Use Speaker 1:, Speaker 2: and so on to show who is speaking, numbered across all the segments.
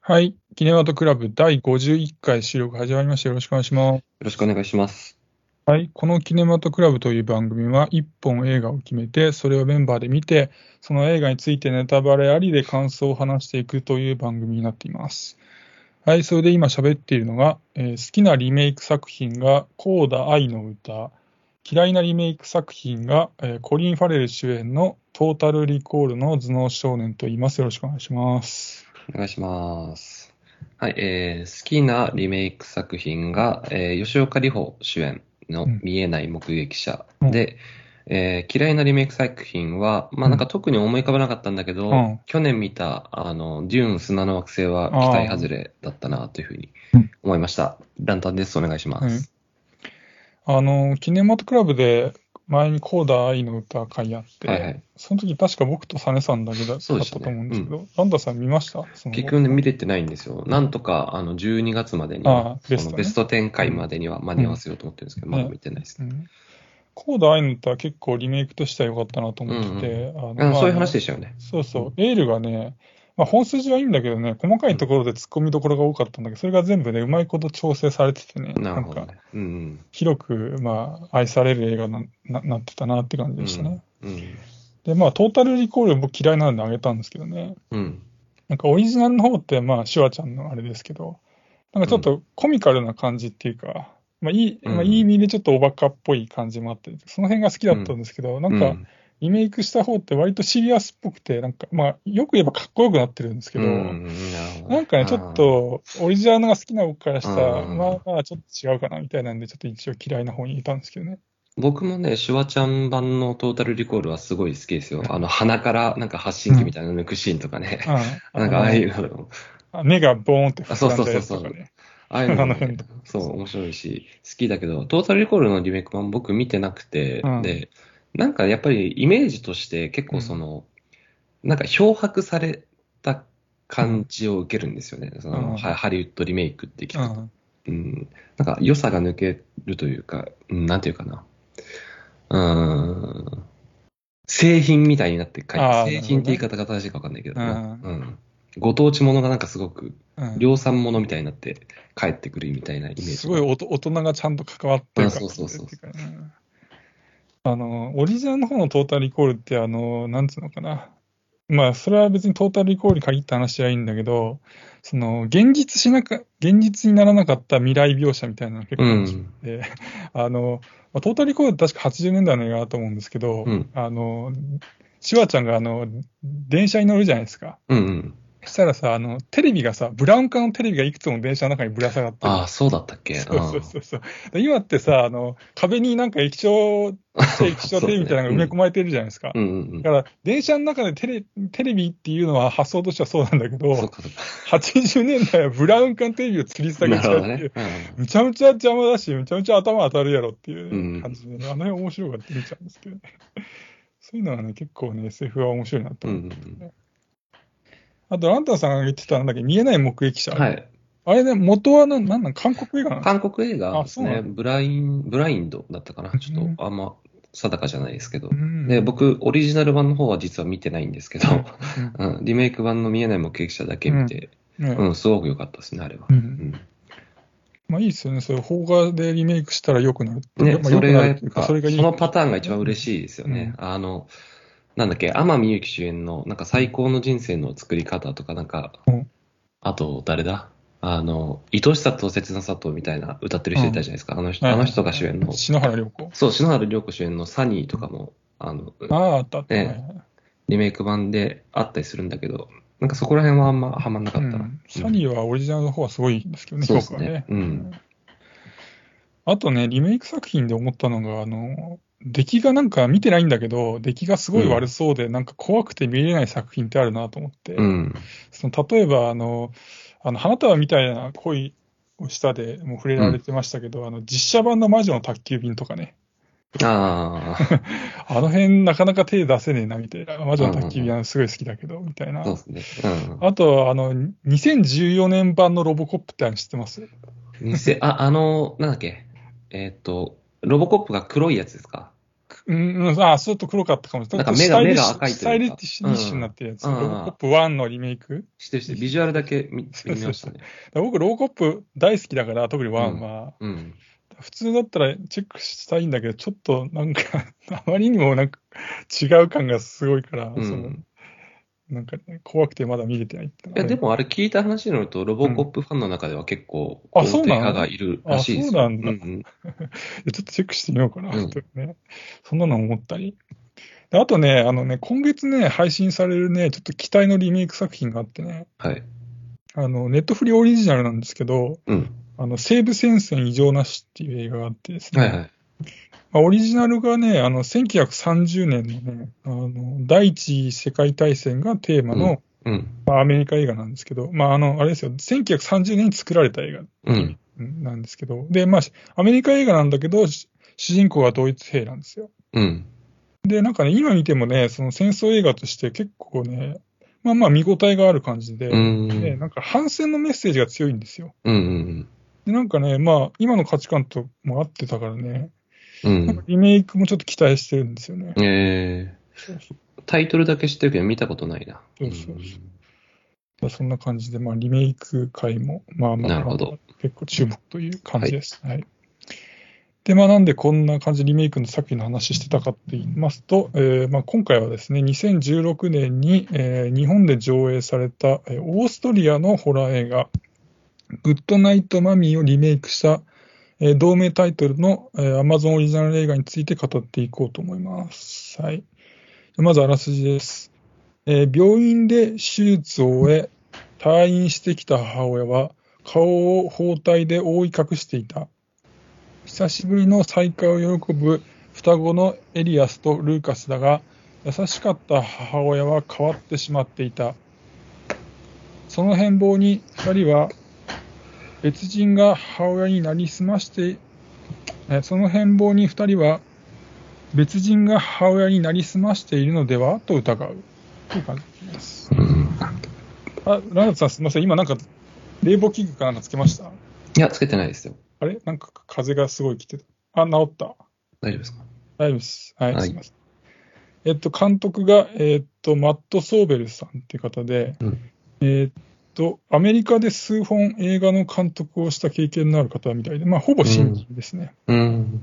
Speaker 1: はい。キネマトクラブ第51回収録始まりました。よろしくお願いします。
Speaker 2: よろしくお願いします。
Speaker 1: はい。このキネマトクラブという番組は、1本映画を決めて、それをメンバーで見て、その映画についてネタバレありで感想を話していくという番組になっています。はい。それで今喋っているのが、えー好きなリメイク作品が、コーダ愛の歌。嫌いなリメイク作品が、えーコリン・ファレル主演のトータル・リコールの頭脳少年と言います。よろしくお願いします。
Speaker 2: お願いします。はい、えー好きなリメイク作品が、えー吉岡里帆主演の
Speaker 1: うん
Speaker 2: 見えない目撃者
Speaker 1: うん
Speaker 2: で、えー嫌いなリメイク作品は、まあなんか特に思い浮かばなかったんだけど、
Speaker 1: うん
Speaker 2: 去年見た、あの、デューン砂の惑星は期待外れだったなというふうに
Speaker 1: うん
Speaker 2: 思いました。ランタンです。お願いします。
Speaker 1: あの、キネマトクラブで前にコーダ愛の歌会やって、
Speaker 2: はいはい。
Speaker 1: その時確か僕とサネさんだけだだった
Speaker 2: そうでした
Speaker 1: と
Speaker 2: ね
Speaker 1: 思うんですけど、ランダさん見ましたその
Speaker 2: 結局ね、見れてないんですよ。なんとか、あの、12月までに
Speaker 1: ああ
Speaker 2: は、そ
Speaker 1: ベ
Speaker 2: の
Speaker 1: ストね
Speaker 2: ベスト展開までには間に合わせようと思ってるんですけど、
Speaker 1: うん
Speaker 2: まだ見てないです
Speaker 1: う
Speaker 2: ね。
Speaker 1: んコーダアイヌっては結構リメイクとしては良かったなと思ってて、あの
Speaker 2: あの
Speaker 1: まあ
Speaker 2: そういう話でしたよね。
Speaker 1: そうそうう、エールがね、まあ、本筋はいいんだけどね、細かいところで突っ込みどころが多かったんだけど、それが全部ね、うまいこと調整されててね、
Speaker 2: なる
Speaker 1: な
Speaker 2: ほど
Speaker 1: んか
Speaker 2: ね。うん
Speaker 1: 広く、まあ、愛される映画になななってたなって感じ
Speaker 2: うん。
Speaker 1: でしたね。
Speaker 2: うん。
Speaker 1: で、まあ、トータルリコール僕嫌いなんであげたんですけどね、
Speaker 2: うん。
Speaker 1: なんかオリジナルの方って、まあ、シュワちゃんのあれですけど、なんかちょっとコミカルな感じっていうか、まあいい、
Speaker 2: うん
Speaker 1: まあ、いい意味でちょっとおバカっぽい感じもあって、その辺が好きだったんですけど、なん
Speaker 2: う
Speaker 1: かリメイクした方って割とシリアスっぽくて、なんか、まあ、よく言えばかっこよくなってるんですけど、
Speaker 2: うんなるほど
Speaker 1: なんかね、ちょっとオリジナルが好きな僕からしたら、
Speaker 2: うん
Speaker 1: まあまあ、ちょっと違うかなみたいなんで、ちょっと一応嫌いな方にいたんですけどね。
Speaker 2: 僕もね、シュワちゃん版のトータルリコールはすごい好きですよ。あの、鼻からなんか発信機みたいなの抜くシーンとかね。
Speaker 1: うん、
Speaker 2: なんかああいうの、
Speaker 1: あの目がボーンって膨らんだやつとかね。
Speaker 2: ああいうの
Speaker 1: あの
Speaker 2: も
Speaker 1: 辺
Speaker 2: ね
Speaker 1: と、
Speaker 2: そう、面白いし、好きだけど、トータルリコールのリメイク版僕見てなくて
Speaker 1: うん、
Speaker 2: で、なんかやっぱりイメージとして結構その、なんか漂白された感じを受けるんですよね。その、
Speaker 1: うん
Speaker 2: ハハリウッドリメイクって聞く
Speaker 1: う
Speaker 2: と。
Speaker 1: ん
Speaker 2: うん、なんか良さが抜けるというか、うん、なんていうかな。うん。製品みたいになって書い
Speaker 1: あー
Speaker 2: て、製品って言い方が正しいか分かんないけど、
Speaker 1: うん
Speaker 2: うんご当地ものがなんかすごく
Speaker 1: うん
Speaker 2: 量産ものみたいになって帰ってくるみたいなイメージ。
Speaker 1: すごいおと大人がちゃんと関わってる
Speaker 2: あ
Speaker 1: から
Speaker 2: そうそうそうそ
Speaker 1: うんあの、オリジナルの方のトータルリコールって、あの、なんつうのかな。まあ、それは別にトータルリコールに限った話はいいんだけど、その、現実しなか、現実にならなかった未来描写みたいなのが結構
Speaker 2: う
Speaker 1: 面白く
Speaker 2: ん。
Speaker 1: て、あの、まあトータルリコールって確か80年代の映画だと思うんですけど、
Speaker 2: うん
Speaker 1: あの、シュワちゃんがあの、電車に乗るじゃないですか。
Speaker 2: うんうん。
Speaker 1: そしたらさ、あの、テレビがさ、ブラウン管のテレビがいくつも電車の中にぶら下がってる
Speaker 2: ああ、そうだったっけ
Speaker 1: そうそうそうそう。で今ってさ、あの、壁になんか液晶、ち っちゃい液晶テレビみたいなのが埋め込まれてるじゃないですか。
Speaker 2: うんうん
Speaker 1: だから、電車の中でテレテレビっていうのは発想としてはそうなんだけ
Speaker 2: うん。そっ
Speaker 1: ど、
Speaker 2: かそっか。
Speaker 1: 80年代はブラウン管テレビを吊り下げ
Speaker 2: な
Speaker 1: ち
Speaker 2: る
Speaker 1: ゃ
Speaker 2: ほ
Speaker 1: うっ
Speaker 2: ど
Speaker 1: ていう
Speaker 2: ね。
Speaker 1: むちゃむちゃ邪魔だし、むちゃむちゃ頭当たるやろっていううん感じでね、あの辺面白かった見ちゃうんですけどね。 そういうのはね、結構ね、SF は面白いなと
Speaker 2: うんう
Speaker 1: 思う。
Speaker 2: ん
Speaker 1: あと、ランタンさんが言ってたなんだっけ、見えない目撃者。
Speaker 2: うん。はい。
Speaker 1: あれね、元はなんなんなん韓国映画なんですか
Speaker 2: 韓国映画です
Speaker 1: あそうな
Speaker 2: ね。
Speaker 1: ん
Speaker 2: ブライン、ブラインドだったかな。ち
Speaker 1: う
Speaker 2: ょ
Speaker 1: ん
Speaker 2: っとあんま定かじゃないですけど
Speaker 1: う。ん
Speaker 2: で、僕、オリジナル版の方は実は見てないんですけど、
Speaker 1: うん
Speaker 2: うん、リメイク版の見えない目撃者だけ見て、
Speaker 1: ね
Speaker 2: うん、すごく良かったですね、あれは。
Speaker 1: うん
Speaker 2: うん、
Speaker 1: まあいいですよね、そういう邦画でリメイクしたら良くなるって。
Speaker 2: ね、
Speaker 1: まあ、
Speaker 2: それが
Speaker 1: 良くな
Speaker 2: や
Speaker 1: る
Speaker 2: って
Speaker 1: いう
Speaker 2: ぱ、
Speaker 1: か
Speaker 2: そ
Speaker 1: れがいい
Speaker 2: のパターンが一番嬉しいですよね。あの、なんだっけ、天海祐希主演の、なんか最高の人生の作り方とか、なんか、
Speaker 1: うん
Speaker 2: あと、誰だあの、愛しさと切なさとみたいな歌ってる人いたじゃないですか。あの人、あの人が主演の、
Speaker 1: 篠原涼子。
Speaker 2: そう、篠原涼子主演のサニーとかも、あの、
Speaker 1: ああ、あったあった。
Speaker 2: ね
Speaker 1: はいはい
Speaker 2: リメイク版であったりするんだけど、なんかそこら辺はあんまハマんなか
Speaker 1: う
Speaker 2: ったな。
Speaker 1: ん、サニーはオリジナルの方はすごいんですけどね、
Speaker 2: そう
Speaker 1: 評
Speaker 2: です
Speaker 1: 価
Speaker 2: ね
Speaker 1: がね。
Speaker 2: うん
Speaker 1: あとね、リメイク作品で思ったのが、あの、出来がなんか見てないんだけど、出来がすごい悪そうで、なんか怖くて見れない作品ってあるなと思って、
Speaker 2: うん。
Speaker 1: その例えばあの、あの花束みたいな恋をしたでもう触れられてましたけど、あの実写版の魔女の宅急便とかね、
Speaker 2: あ
Speaker 1: あの辺なかなか手出せねえなみたいな、魔女の宅急便はすごい好きだけど、みたいな
Speaker 2: あ、。そうですね。
Speaker 1: あと、あの、2014年版のロボコップってあるの知ってます
Speaker 2: うん。偽、あ、あの、なんだっけ。えーっと、ロボコップが黒いやつですか。
Speaker 1: くうん、うん、あ、ちょっと黒かったかもしれない。
Speaker 2: なんか目が
Speaker 1: スタイリッシュ
Speaker 2: 目が赤いというか
Speaker 1: スタイリッシュになってるやつ。
Speaker 2: うん
Speaker 1: ロボコップ1のリメイク。
Speaker 2: してるしてる、ビジュアルだけ見
Speaker 1: そうそう
Speaker 2: 見ましたね。
Speaker 1: だから僕、ロボコップ大好きだから、特に1は。
Speaker 2: うん。
Speaker 1: 普通だったらチェックしたいんだけど、ちょっとなんか、 あまりにもなんか違う感がすごいから、
Speaker 2: う
Speaker 1: その
Speaker 2: ん。
Speaker 1: なんか、ね、怖くてまだ見れてないって
Speaker 2: いや、でもあれ聞いた話によると、ロボコップファンの中では結構、
Speaker 1: うんあ
Speaker 2: 肯定
Speaker 1: そうなの
Speaker 2: 派がいるらしいです
Speaker 1: あそうな
Speaker 2: よ。
Speaker 1: んだ
Speaker 2: うん
Speaker 1: えちょっとチェックしてみようかな、
Speaker 2: うん
Speaker 1: とね。そんなの思ったり。であとね、あのね、今月ね、配信されるね、ちょっと期待のリメイク作品があってね、
Speaker 2: はい。
Speaker 1: あの、ネットフリオリジナルなんですけど、
Speaker 2: うん。
Speaker 1: あの、西部戦線異常なしっていう映画があってですね、
Speaker 2: はいはい。
Speaker 1: まあ、オリジナルがね、あの、1930年のね、あの、第一次世界大戦がテーマの、
Speaker 2: うん。
Speaker 1: まあ、アメリカ映画なんですけど、まあ、あの、あれですよ、1930年に作られた映画
Speaker 2: うん。
Speaker 1: うんなんですけど、で、まあ、アメリカ映画なんだけど、し主人公はドイツ兵なんですよ。
Speaker 2: うん。
Speaker 1: で、なんかね、今見てもね、その戦争映画として結構ね、まあまあ見応えがある感じで、
Speaker 2: うん。
Speaker 1: でなんか反戦のメッセージが強いんですよ。
Speaker 2: うん。
Speaker 1: で、なんかね、まあ、今の価値観とも合ってたからね、
Speaker 2: う
Speaker 1: なんか
Speaker 2: ん。
Speaker 1: リメイクもちょっと期待してるんですよね。
Speaker 2: え
Speaker 1: そう
Speaker 2: ー。タイトルだけ知ってるけど見たことないな。
Speaker 1: そうそうそうそんな感じで、まあ、リメイク回も、まあまあ、
Speaker 2: なるほど
Speaker 1: 結構注目という感じです。はい。で、まあ、なんでこんな感じでリメイクの作品の話してたかって言いますと、えーまあ、今回はですね、2016年に、えー日本で上映された、えーオーストリアのホラー映画、グッドナイトマミーをリメイクした、えー同名タイトルの、えー Amazon オリジナル映画について語っていこうと思います。はい。まずあらすじです。えー病院で手術を終え、退院してきた母親は、顔を包帯で覆い隠していた。久しぶりの再会を喜ぶ双子のエリアスとルーカスだが、優しかった母親は変わってしまっていた。その変貌に2人は、別人が母親になりすまして、えその変貌に2人は、別人が母親になりすましているのではと疑う。という感じです。
Speaker 2: うん。
Speaker 1: あ、ラナツさんすみません。今なんか、冷房器具かなんかつけました
Speaker 2: いや、つけてないですよ。
Speaker 1: あれなんか風がすごい来てた。あ、治った。
Speaker 2: 大丈夫ですか
Speaker 1: 大丈夫です。はい、
Speaker 2: はい
Speaker 1: すいません。えっと、監督が、えっと、マット・ソーベルさんっていう方で、
Speaker 2: うん
Speaker 1: えっと、アメリカで数本映画の監督をした経験のある方みたいで、まあ、ほぼ新人ですね。
Speaker 2: うん。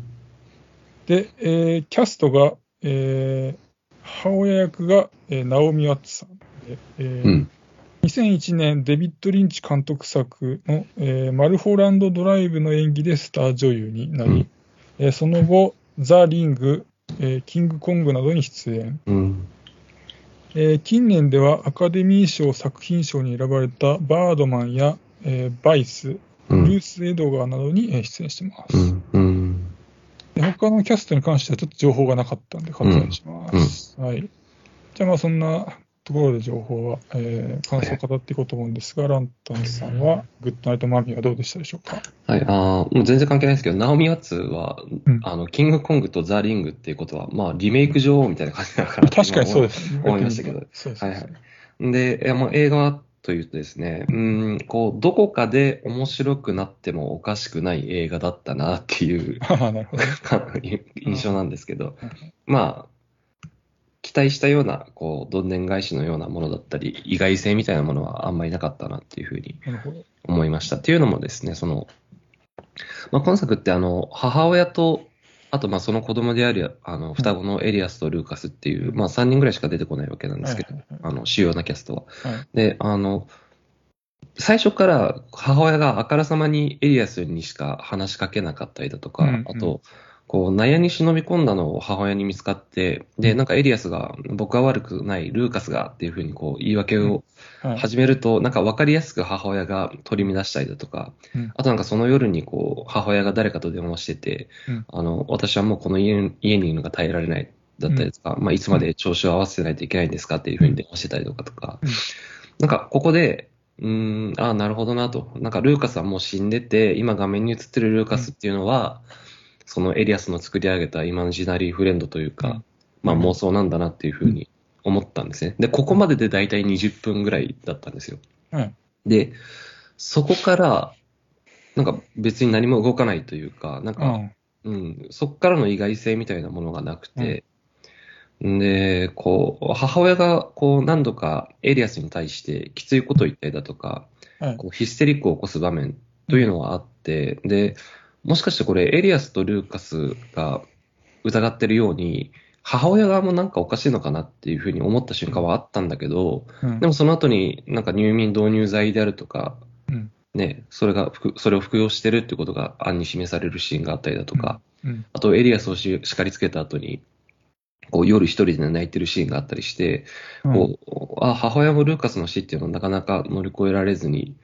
Speaker 1: で、えーキャストが、えー母親役が、えーナオミ・ワッツさんで、えー
Speaker 2: うん。
Speaker 1: 2001年、デビッド・リンチ監督作の、えーマルホランド・ドライブの演技でスター女優になり、
Speaker 2: うん
Speaker 1: えーその後、ザ・リング、えーキングコングなどに出演、
Speaker 2: うん。
Speaker 1: えー近年ではアカデミー賞作品賞に選ばれたバードマンや、えーバイス、
Speaker 2: う
Speaker 1: ルー
Speaker 2: ん。
Speaker 1: ス・エドガーなどにえー出演してます、
Speaker 2: うん。うん。
Speaker 1: で他のキャストに関してはちょっと情報がなかったんで割愛します。はい。じゃあまあそんなところで情報は、えー、感想を語っていこうと思うんですが、ランタンさんは、グッドナイトマミーはどうでしたでしょうか
Speaker 2: はい、あーもう全然関係ないですけど、ナオミ・ワッツは、
Speaker 1: うん
Speaker 2: あの、キングコングとザ・リングっていうことは、まあ、リメイク女王みたいな感じだか ら。。
Speaker 1: 確かにそうですす。
Speaker 2: 思いましたけど
Speaker 1: そうそうそう
Speaker 2: はいはいで、いやまあ、映画というとですね、うん、こう、どこかで面白くなってもおかしくない映画だったなっていう
Speaker 1: ああ、なるほど。
Speaker 2: 印象なんですけど、まあ、期待したような、こう、どんでん返しのようなものだったり、意外性みたいなものはあんまりなかったなっていうふうに
Speaker 1: なるほど。
Speaker 2: 思いました。っていうのもですね、その、まあ、今作ってあの、母親と、あとまあその子供である、あの、双子のエリアスとルーカスっていう、まあ3人ぐらいしか出てこないわけなんですけど、
Speaker 1: はい
Speaker 2: あの、主要なキャストは。
Speaker 1: はいはい
Speaker 2: で、あの、最初から母親があからさまにエリアスにしか話しかけなかったりだとか、
Speaker 1: うんうん
Speaker 2: あと、こう、納屋に忍び込んだのを母親に見つかって、で、なんかエリアスが、僕は悪くない、ルーカスがっていうふうにこう、言い訳を
Speaker 1: はい
Speaker 2: 始めると、なんか分かりやすく母親が取り乱したりだとか、
Speaker 1: うん
Speaker 2: あとなんかその夜にこう、母親が誰かと電話してて、
Speaker 1: うん
Speaker 2: あの、私はもうこの家家にいるのが耐えられないだったりとか、まあいつまで調子を合わせないといけないんですかっていうふうに電話してたりとかとか、
Speaker 1: うん
Speaker 2: なんかここで、うーん、ああ、なるほどなと。なんかルーカスはもう死んでて、今画面に映ってるルーカスっていうのは、そのエリアスの作り上げたイマジナリーフレンドというか、
Speaker 1: うん
Speaker 2: まあ妄想なんだなっていうふうに思ったんですね。で、ここまでで大体20分ぐらいだったんですよ。
Speaker 1: はい
Speaker 2: で、そこから、なんか別に何も動かないというか、な
Speaker 1: う
Speaker 2: んか
Speaker 1: ん
Speaker 2: うん、そっからの意外性みたいなものがなくて、で、こう、母親が、こう、何度かエリアスに対してきついことを言ったりだとか、
Speaker 1: はい
Speaker 2: こうヒステリックを起こす場面というのはあって、で、もしかしてこれ、エリアスとルーカスが疑ってるように、母親側もなんかおかしいのかなっていうふうに思った瞬間はあったんだけど、
Speaker 1: うん
Speaker 2: でもその後になんか入眠導入剤であるとか、
Speaker 1: うん
Speaker 2: ね、それが服、それを服用してるってことが案に示されるシーンがあったりだとか、
Speaker 1: うん
Speaker 2: あとエリアスをし叱りつけた後に、こう夜一人で泣いてるシーンがあったりして、
Speaker 1: うん
Speaker 2: こうあ母親もルーカスの死っていうのをなかなか乗り越えられずに、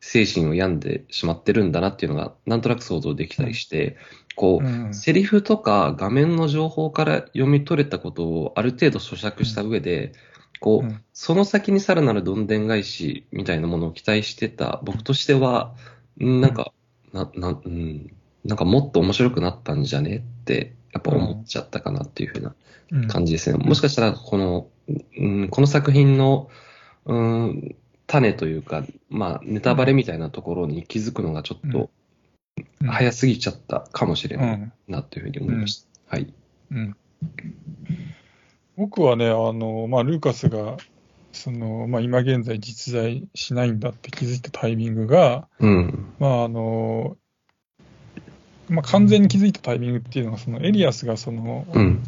Speaker 2: 精神を病んでしまってるんだなっていうのが、なんとなく想像できたりして、こう、
Speaker 1: うん
Speaker 2: セリフとか画面の情報から読み取れたことをある程度咀嚼した上で、こ
Speaker 1: う
Speaker 2: う、
Speaker 1: ん
Speaker 2: その先にさらなるどんでん返しみたいなものを期待してた僕としては、うんなんか、な、な、うん、なんかもっと面白くなったんじゃねって、やっぱ思っちゃったかなっていうふうな
Speaker 1: うん
Speaker 2: 感じですね。もしかしたら、この、うん、この作品の、うん、種というか、まあ、ネタバレみたいなところに気づくのがちょっと
Speaker 1: うん
Speaker 2: 早すぎちゃったかもしれ
Speaker 1: う
Speaker 2: ない
Speaker 1: ん
Speaker 2: なというふうに思いました。はい。
Speaker 1: うん僕はね、あのまあ、ルーカスがその、まあ、今現在実在しないんだって気づいたタイミングが、
Speaker 2: うん。
Speaker 1: まああのまあ、完全に気づいたタイミングっていうのが、そのエリアスがその
Speaker 2: うん。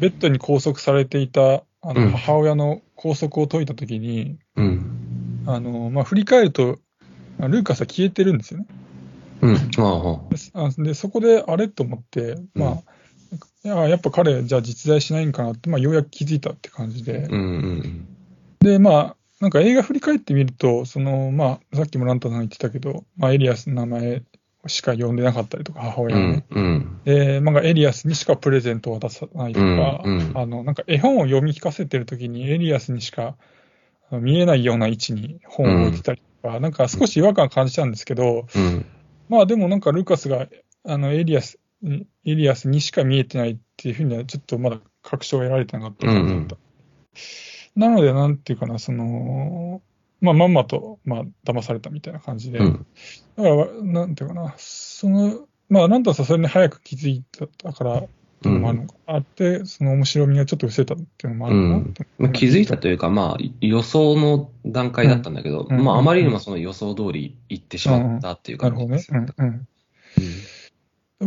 Speaker 1: ベッドに拘束されていたあ
Speaker 2: うん
Speaker 1: の母親の拘束を解いたときに、
Speaker 2: うん。
Speaker 1: あのまあ、振り返ると、あルーカスは消えてるんですよね。
Speaker 2: うん。ああ。
Speaker 1: ですあでそこであれと思って、まあ
Speaker 2: うん
Speaker 1: いややっぱ彼、じゃあ実在しないんかなって、まあ、ようやく気づいたって感じで、
Speaker 2: うん。うん。
Speaker 1: で、まあ、なんか映画振り返ってみると、そのまあ、さっきもランタさん言ってたけど、まあ、エリアスの名前しか呼んでなかったりとか、母
Speaker 2: う
Speaker 1: 親がね
Speaker 2: ん。うん。
Speaker 1: で、まあ、エリアスにしかプレゼントを渡さないとか、
Speaker 2: うんうん
Speaker 1: あのなんか絵本を読み聞かせてるときに、エリアスにしかあの見えないような位置に本を置いてたりとか、なんか少し違和感感じたんですけど、
Speaker 2: うん。
Speaker 1: まあでもなんかルカスがあのエリアスにエリアスにしか見えてないっていうふうにはちょっとまだ確証を得られてなかった感じだった。なのでなんていうかな、その、まあまんまと、まあ騙されたみたいな感じで、
Speaker 2: うん。
Speaker 1: だからなんていうかな、その、まあなんとはさそれに早く気づいたからっていうのもあるのかなって、その面白みがちょっと薄れたっていうのもあるのかなって
Speaker 2: まあ、気づいたというか、まあ、予想の段階だったんだけど、
Speaker 1: うん
Speaker 2: まあ、
Speaker 1: うん
Speaker 2: あまりにもその予想通り行ってしまったっていう
Speaker 1: なる
Speaker 2: 感
Speaker 1: ほど
Speaker 2: じで
Speaker 1: ね
Speaker 2: す。
Speaker 1: う
Speaker 2: よ
Speaker 1: んうん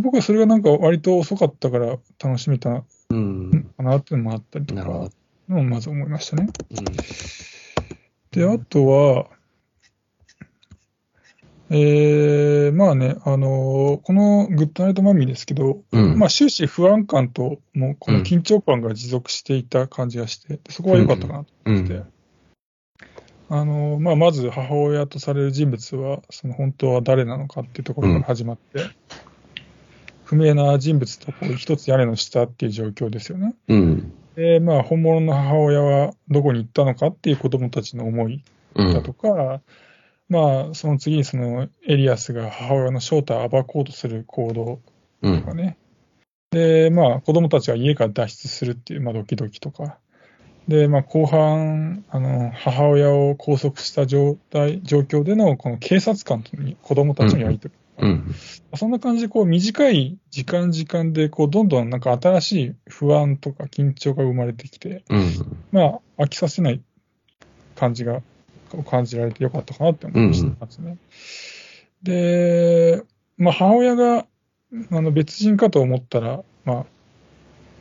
Speaker 1: 僕はそれがなんか割と遅かったから楽しめたの
Speaker 2: うん。
Speaker 1: かなっていうのもあったりと
Speaker 2: なる
Speaker 1: か
Speaker 2: ほど。、
Speaker 1: のをまず思いましたね。
Speaker 2: うん
Speaker 1: で、あとは、えー、まあね、あのーこのグッドナイトマミーですけど、
Speaker 2: うん。
Speaker 1: まあ終始不安感と、もうこ
Speaker 2: う
Speaker 1: の
Speaker 2: ん
Speaker 1: 緊張感が持続していた感じがして、そこは良かったかなと
Speaker 2: う
Speaker 1: 思って、
Speaker 2: ん。
Speaker 1: あのーまあまず母親とされる人物は、その本当は誰なのかっていうところから始まって、不明な人物とこう一つ屋根の下っていう状況ですよね。
Speaker 2: うん。
Speaker 1: で、まあ本物の母親はどこに行ったのかっていう子供たちの思い
Speaker 2: うん。
Speaker 1: だとか、まあ、その次にそのエリアスが母親の正体を暴こうとする行動
Speaker 2: う
Speaker 1: とか
Speaker 2: ん。
Speaker 1: ね、で、まあ、子供たちが家から脱出するっていう、まあ、ドキドキとか、で、まあ、後半、あの母親を拘束した状態状況でのこの警察官との子供たちのやり取り、
Speaker 2: うん。
Speaker 1: そんな感じでこう短い時間、時間でこうどんどんなんか新しい不安とか緊張が生まれてきて、
Speaker 2: うん。
Speaker 1: まあ、飽きさせない感じが、を感じられてよかったかなって思いましたですね。で、まあ、母親が、あの、別人かと思ったら、まあ、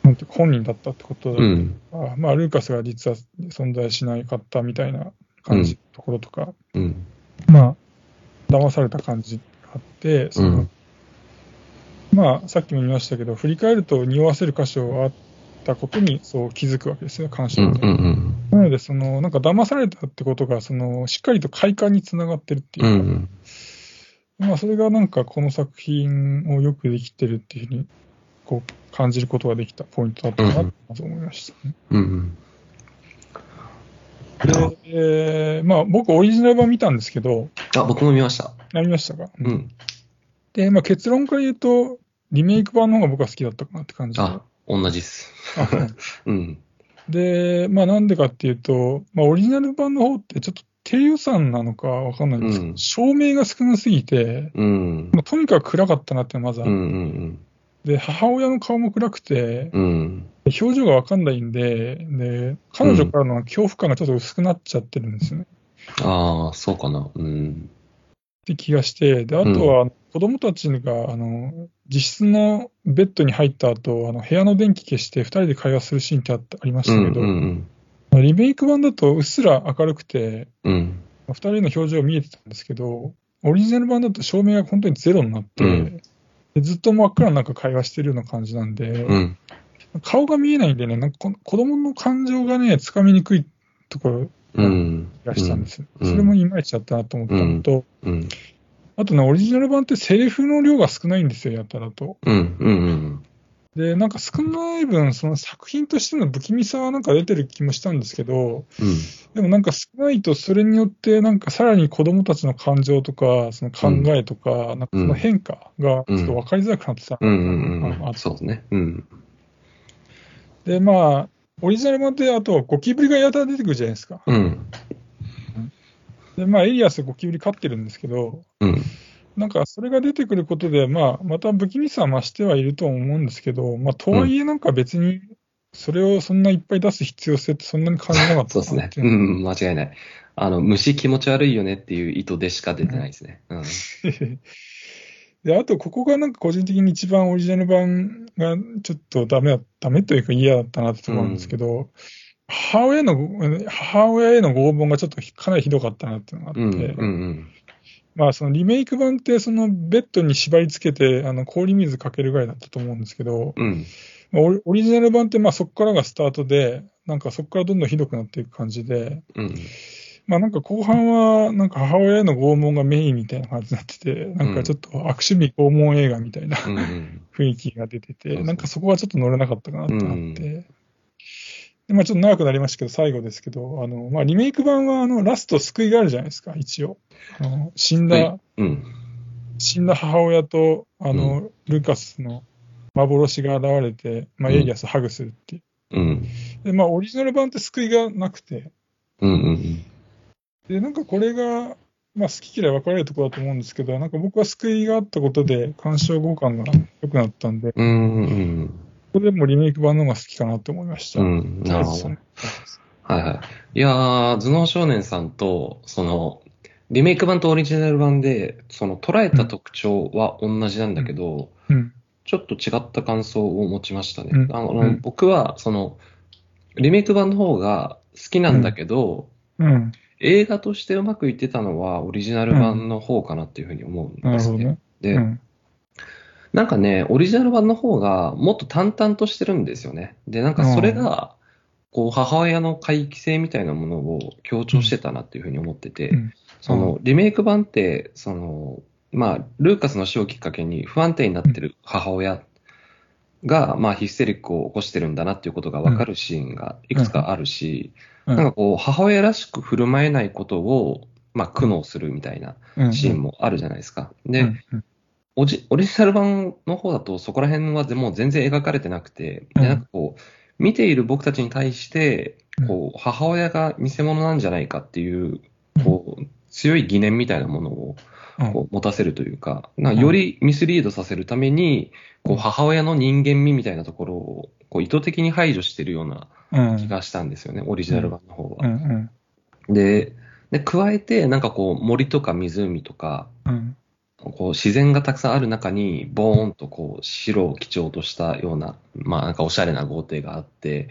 Speaker 1: なんていうか本人だったってことだ
Speaker 2: うん。
Speaker 1: からまあ、ルーカスが実は存在しなかったみたいな感じ、
Speaker 2: う
Speaker 1: ところとか、
Speaker 2: うん。
Speaker 1: まあ、騙された感じがあって、その、
Speaker 2: うん
Speaker 1: まあ、さっきも言いましたけど、振り返ると匂わせる箇所があったことに、そう気づくわけですよ、感
Speaker 2: う
Speaker 1: 傷
Speaker 2: ん。
Speaker 1: みたいな。
Speaker 2: うん。
Speaker 1: なので、その、なんか騙されたってことが、その、しっかりと快感につながってるって
Speaker 2: う
Speaker 1: いうか、
Speaker 2: ん。
Speaker 1: まあ、それがなんかこの作品をよくできてるっていうふうに、こう、感じることができたポイントだったかなとまず思いましたね。
Speaker 2: うん。
Speaker 1: で、えーまあ、僕、オリジナル版見たんですけど、
Speaker 2: あ、僕も見ました。
Speaker 1: なりましたか
Speaker 2: うん。
Speaker 1: で、まあ、結論から言うと、リメイク版の方が僕は好きだったかなって感じで。
Speaker 2: あ、同じっす。
Speaker 1: あそうなんです
Speaker 2: うん。
Speaker 1: で、まあ、なんでかっていうと、まあ、オリジナル版の方って、ちょっと低予算なのかわかんないんですけど、
Speaker 2: うん
Speaker 1: 照明が少なすぎて、
Speaker 2: うん。
Speaker 1: まあとにかく暗かったなってのがまずあ
Speaker 2: う
Speaker 1: る
Speaker 2: ん。
Speaker 1: で、母親の顔も暗くて、
Speaker 2: うん。
Speaker 1: 表情がわかんないんで、で、彼女からの恐怖感がちょっと薄くなっちゃってるんですよね。
Speaker 2: ああ、そうかな。うん。
Speaker 1: って気がして、で、あとは、子供たちが、あの、自室のベッドに入った後、あの、部屋の電気消して二人で会話するシーンってあったありまし
Speaker 2: う
Speaker 1: た
Speaker 2: ん
Speaker 1: けど、
Speaker 2: うん
Speaker 1: リメイク版だとうっすら明るくて、
Speaker 2: うん。うん。
Speaker 1: 二人の表情見えてたんですけど、オリジナル版だと照明が本当にゼロになって、
Speaker 2: うん
Speaker 1: でずっと真っ暗な中会話してるような感じなんで、
Speaker 2: うん。
Speaker 1: 顔が見えないんでね、なんかこの子供の感情がね、つかみにくいところ
Speaker 2: うん。
Speaker 1: がしたんですよ。
Speaker 2: うん
Speaker 1: それもいまいちだったなと思ったのと、
Speaker 2: うん。
Speaker 1: あとね、オリジナル版ってセリフの量が少ないんですよ、やたらと。
Speaker 2: うん。うん。うん。
Speaker 1: で、なんか少ない分、その作品としての不気味さはなんか出てる気もしたんですけど、
Speaker 2: うん。
Speaker 1: でもなんか少ないと、それによって、なんかさらに子供たちの感情とか、その考えとか、なんかその変化がちょっと分かりづらくなってた
Speaker 2: うんう
Speaker 1: あ
Speaker 2: ん
Speaker 1: あ
Speaker 2: うん。そうね。うん。
Speaker 1: で、まあ、オリジナル版って、あとゴキブリがやたら出てくるじゃないですか。
Speaker 2: うん。
Speaker 1: で、まあ、エリアスゴキブリ飼ってるんですけど、
Speaker 2: うん。
Speaker 1: なんかそれが出てくることで、まあ、また不気味さは増してはいると思うんですけど、まあ、とはいえ、なんか別に、それをそんないっぱい出す必要性ってそんなに感じなかった
Speaker 2: そうです
Speaker 1: な
Speaker 2: ね
Speaker 1: っ。て
Speaker 2: う。
Speaker 1: いうん
Speaker 2: 間違いない。あの、虫気持ち悪いよねっていう意図でしか出てないですね。うん。
Speaker 1: で、あと、ここがなんか個人的に一番オリジナル版がちょっとダメだ、ダメというか嫌だったなってところなんですけど、母親の、母親への拷問がちょっとかなりひどかったなっていうのが
Speaker 2: う
Speaker 1: あっ
Speaker 2: ん。
Speaker 1: て、
Speaker 2: うん。
Speaker 1: まあそのリメイク版ってそのベッドに縛り付けてあの氷水かけるぐらいだったと思うんですけど、
Speaker 2: うん。
Speaker 1: まあオリオリジナル版ってまあそこからがスタートで、なんかそこからどんどんひどくなっていく感じで、
Speaker 2: うん。
Speaker 1: まあなんか後半はなんか母親への拷問がメインみたいな感じになってて、なんかちょっと悪趣味拷問映画みたいな
Speaker 2: うん。うん。
Speaker 1: 雰囲気が出て
Speaker 2: そうそ
Speaker 1: て、
Speaker 2: う
Speaker 1: なんかそこはちょっと乗れなかったかなってな
Speaker 2: うん
Speaker 1: って、でまあちょっと長くなりましたけど、最後ですけど、あのまあ、リメイク版はあのラスト救いがあるじゃないですか、一応。あの死んだ、
Speaker 2: はいうん。
Speaker 1: 死んだ母親とあの、ルカスの幻が現れて、まあ、
Speaker 2: うん
Speaker 1: エイリアスをハグするっていう。
Speaker 2: うん。
Speaker 1: で、まあ、オリジナル版って救いがなくて、
Speaker 2: うん。うん。
Speaker 1: で、なんかこれが、まあ、好き嫌い分かれるところだと思うんですけど、なんか僕は救いがあったことで、鑑賞後感が良くなったんで、
Speaker 2: うん。うん。
Speaker 1: これでもリメイク版の方が好きかなと思いました。
Speaker 2: うん。なるほど。はいはい。いやー、頭脳少年さんと、その、リメイク版とオリジナル版で、その捉えた特徴は同じなんだけど、
Speaker 1: うん。
Speaker 2: ちょっと違った感想を持ちましたね。
Speaker 1: うん
Speaker 2: あの、
Speaker 1: うん
Speaker 2: 僕は、その、リメイク版の方が好きなんだけど、
Speaker 1: うん。
Speaker 2: 映画としてうまくいってたのはオリジナル版の方かなっていうふうに思うん
Speaker 1: な
Speaker 2: で
Speaker 1: る
Speaker 2: す
Speaker 1: ほど
Speaker 2: ね。
Speaker 1: ね。
Speaker 2: で、
Speaker 1: うん。
Speaker 2: なんかね、オリジナル版の方がもっと淡々としてるんですよね。で、なんかそれが、こう、母親の回帰性みたいなものを強調してたなっていうふうに思ってて、
Speaker 1: うん
Speaker 2: その、リメイク版って、その、まあ、ルーカスの死をきっかけに不安定になってる母親が、まあ、ヒステリックを起こしてるんだなっていうことがわかるシーンがいくつかあるし、
Speaker 1: うん
Speaker 2: なんかこう、母親らしく振る舞えないことを、まあ、苦悩するみたいな
Speaker 1: うん
Speaker 2: シーンもあるじゃないですか。
Speaker 1: う
Speaker 2: で、
Speaker 1: んうん
Speaker 2: オジオリジナル版の方だとそこら辺はでもう全然描かれてなくて、で
Speaker 1: うん
Speaker 2: なんかこう、見ている僕たちに対して、こう、母親が偽物なんじゃないかっていう、こう、強い疑念みたいなものを
Speaker 1: うん
Speaker 2: こう持たせるというか、なんかよりミスリードさせるために、こう、母親の人間味みたいなところを、こう、意図的に排除してるような
Speaker 1: うん
Speaker 2: 気がしたんですよね、オリジナル版の方
Speaker 1: う
Speaker 2: は。
Speaker 1: ん
Speaker 2: で、で、加えて、なんかこう、森とか湖とか、
Speaker 1: うん
Speaker 2: こう自然がたくさんある中に、ボーンとこう白を基調としたような、まあなんかおしゃれな豪邸があって、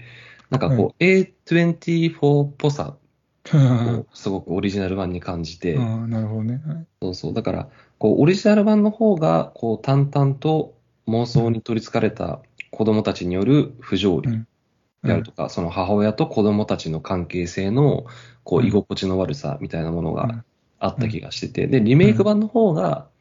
Speaker 2: なんかこう A24 っぽさ
Speaker 1: うん
Speaker 2: をすごくオリジナル版に感じて、
Speaker 1: うんなるほどね。はい
Speaker 2: そうそう、だからこうオリジナル版の方がこう淡々と妄想に取りつかれた子供たちによる不条理であるとか、その母親と子供たちの関係性のこ
Speaker 1: う
Speaker 2: うん居心地の悪さみたいなもの
Speaker 1: う
Speaker 2: が
Speaker 1: ん
Speaker 2: あった気がしてて、で、リメイク版の方が、
Speaker 1: うん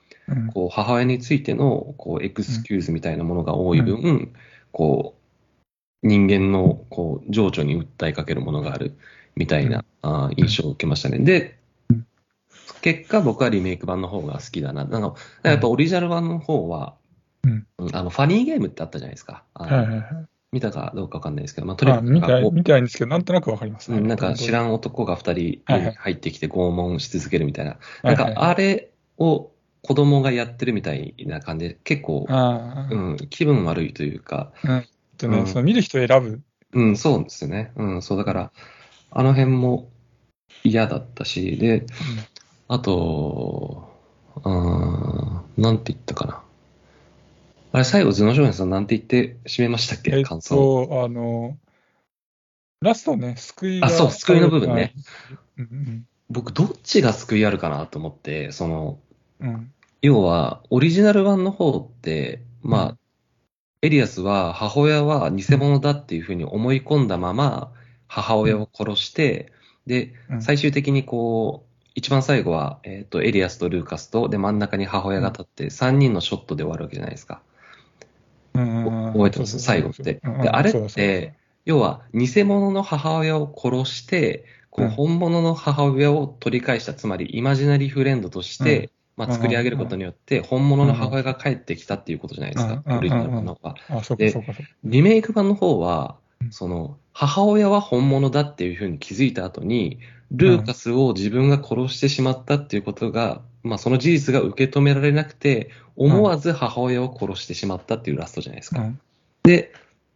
Speaker 2: こう母親についてのこうエクスキューズみたいなものが多い分、こう人間のこう情緒に訴えかけるものがあるみたいな、あー印象を受けましたね。で、結果僕はリメイク版の方が好きだな。あのやっぱオリジナル版の方は、
Speaker 1: うん
Speaker 2: あのファニーゲームってあったじゃないですか。あの
Speaker 1: はいはいはい。
Speaker 2: 見たかどうかわかんないですけど、まあ、とに
Speaker 1: あ、
Speaker 2: かくなん
Speaker 1: 見
Speaker 2: か
Speaker 1: たい、
Speaker 2: こう
Speaker 1: 見たいんですけど、なんとなくわかります。
Speaker 2: うんなんか知らん男が2人
Speaker 1: はいはい
Speaker 2: 入ってきて拷問し続けるみたいな、
Speaker 1: はい
Speaker 2: なんかあれを子供がやってるみたいな感じで、結構、
Speaker 1: ああ、
Speaker 2: うん、気分悪いというか、
Speaker 1: とね、
Speaker 2: うん
Speaker 1: その見る人を選ぶ。
Speaker 2: うん、そうですね。うん、そうだから、あの辺も嫌だったし、で、あと、うーん、なんて言ったかな。あれ、最後、頭脳少年さん、なんて言って締めましたっ
Speaker 1: え
Speaker 2: け
Speaker 1: っ
Speaker 2: 感想。
Speaker 1: と、あの、ラストね、救いが
Speaker 2: あ、そう、救いの部分ね。。
Speaker 1: うん
Speaker 2: 僕、どっちが救いあるかなと思って、その、
Speaker 1: うんうん。
Speaker 2: 要は、オリジナル版の方って、まあ、エリアスは母親は偽物だっていうふうに思い込んだまま、母親を殺して、で、
Speaker 1: うん
Speaker 2: 最終的にこう、一番最後は、えっ、と、エリアスとルーカスと、で、真ん中に母親が立って、3人のショットで終わるわけじゃないですか。
Speaker 1: うんうんうん
Speaker 2: 覚えてます最後って。で、あれっ、
Speaker 1: そうそうそううんうん
Speaker 2: て、要は、偽物の母親を殺して、こ
Speaker 1: う
Speaker 2: う、
Speaker 1: ん
Speaker 2: 本物の母親を取り返した、つまり、イマジナリーフレンドとして、まあ、作り上げることによって、本物の母親が帰ってきたっていうことじゃないですか
Speaker 1: うん、
Speaker 2: オリジナル版の方は。
Speaker 1: そうあ、そうか
Speaker 2: で
Speaker 1: そうかそうか。
Speaker 2: リメイク版の方は、その、母親は本物だっていうふうに気づいた後に、ルーカスを自分が殺してしまったっていうことが、まあ、その事実が受け止められなくて、思わず母親を殺してしまったっていうラストじゃないですか。
Speaker 1: うん
Speaker 2: で、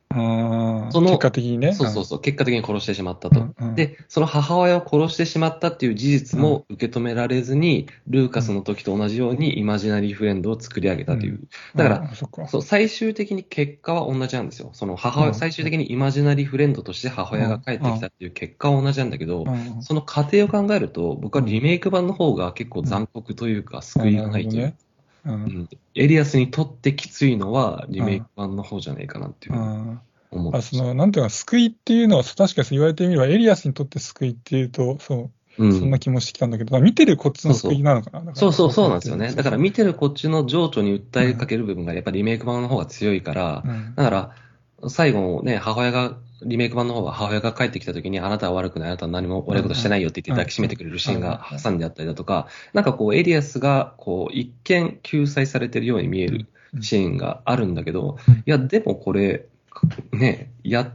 Speaker 1: あー
Speaker 2: その
Speaker 1: 結果的にね。
Speaker 2: そうそうそう、結果的に殺してしまったと。
Speaker 1: うんうん
Speaker 2: で、その母親を殺してしまったっていう事実も受け止められずに、ルーカスの時と同じようにイマジナリーフレンドを作り上げたという。だから
Speaker 1: うん、そっか。
Speaker 2: そう、最終的に結果は同じなんですよ。その母
Speaker 1: う
Speaker 2: 親、
Speaker 1: ん
Speaker 2: 最終的にイマジナリーフレンドとして母親が帰ってきたっていう結果は同じなんだけど
Speaker 1: う、ん
Speaker 2: その過程を考えると、僕はリメイク版の方が結構残酷というか、救いがないというか、
Speaker 1: なるほどね
Speaker 2: うんエリアスにとってきついのはリメイク版の方じゃないかなっていううんふうに
Speaker 1: うん
Speaker 2: 思って
Speaker 1: あ
Speaker 2: ま
Speaker 1: そ
Speaker 2: した。
Speaker 1: のなんていうか、救いっていうのは、確かに言われてみれば、エリアスにとって救いっていうと、そう、
Speaker 2: う
Speaker 1: そんな気もしてきたんだけど、見てるこっちの救いなのかな。だから
Speaker 2: そうそうそうなんですよね。だから見
Speaker 1: て、
Speaker 2: てるこっちの情緒に訴えかける部分がやっぱりリメイク版の方が強いから、
Speaker 1: うん
Speaker 2: だから最後ね、母親が、リメイク版の方は母親が帰ってきた時にあなたは悪くない、あなたは何も悪いことしてないよって言って抱きしめてくれるシーンが挟んであったりだとか、なんかこうエリアスがこう一見救済されてるように見えるシーンがあるんだけど
Speaker 1: うん、
Speaker 2: いやでもこれ、ね、や、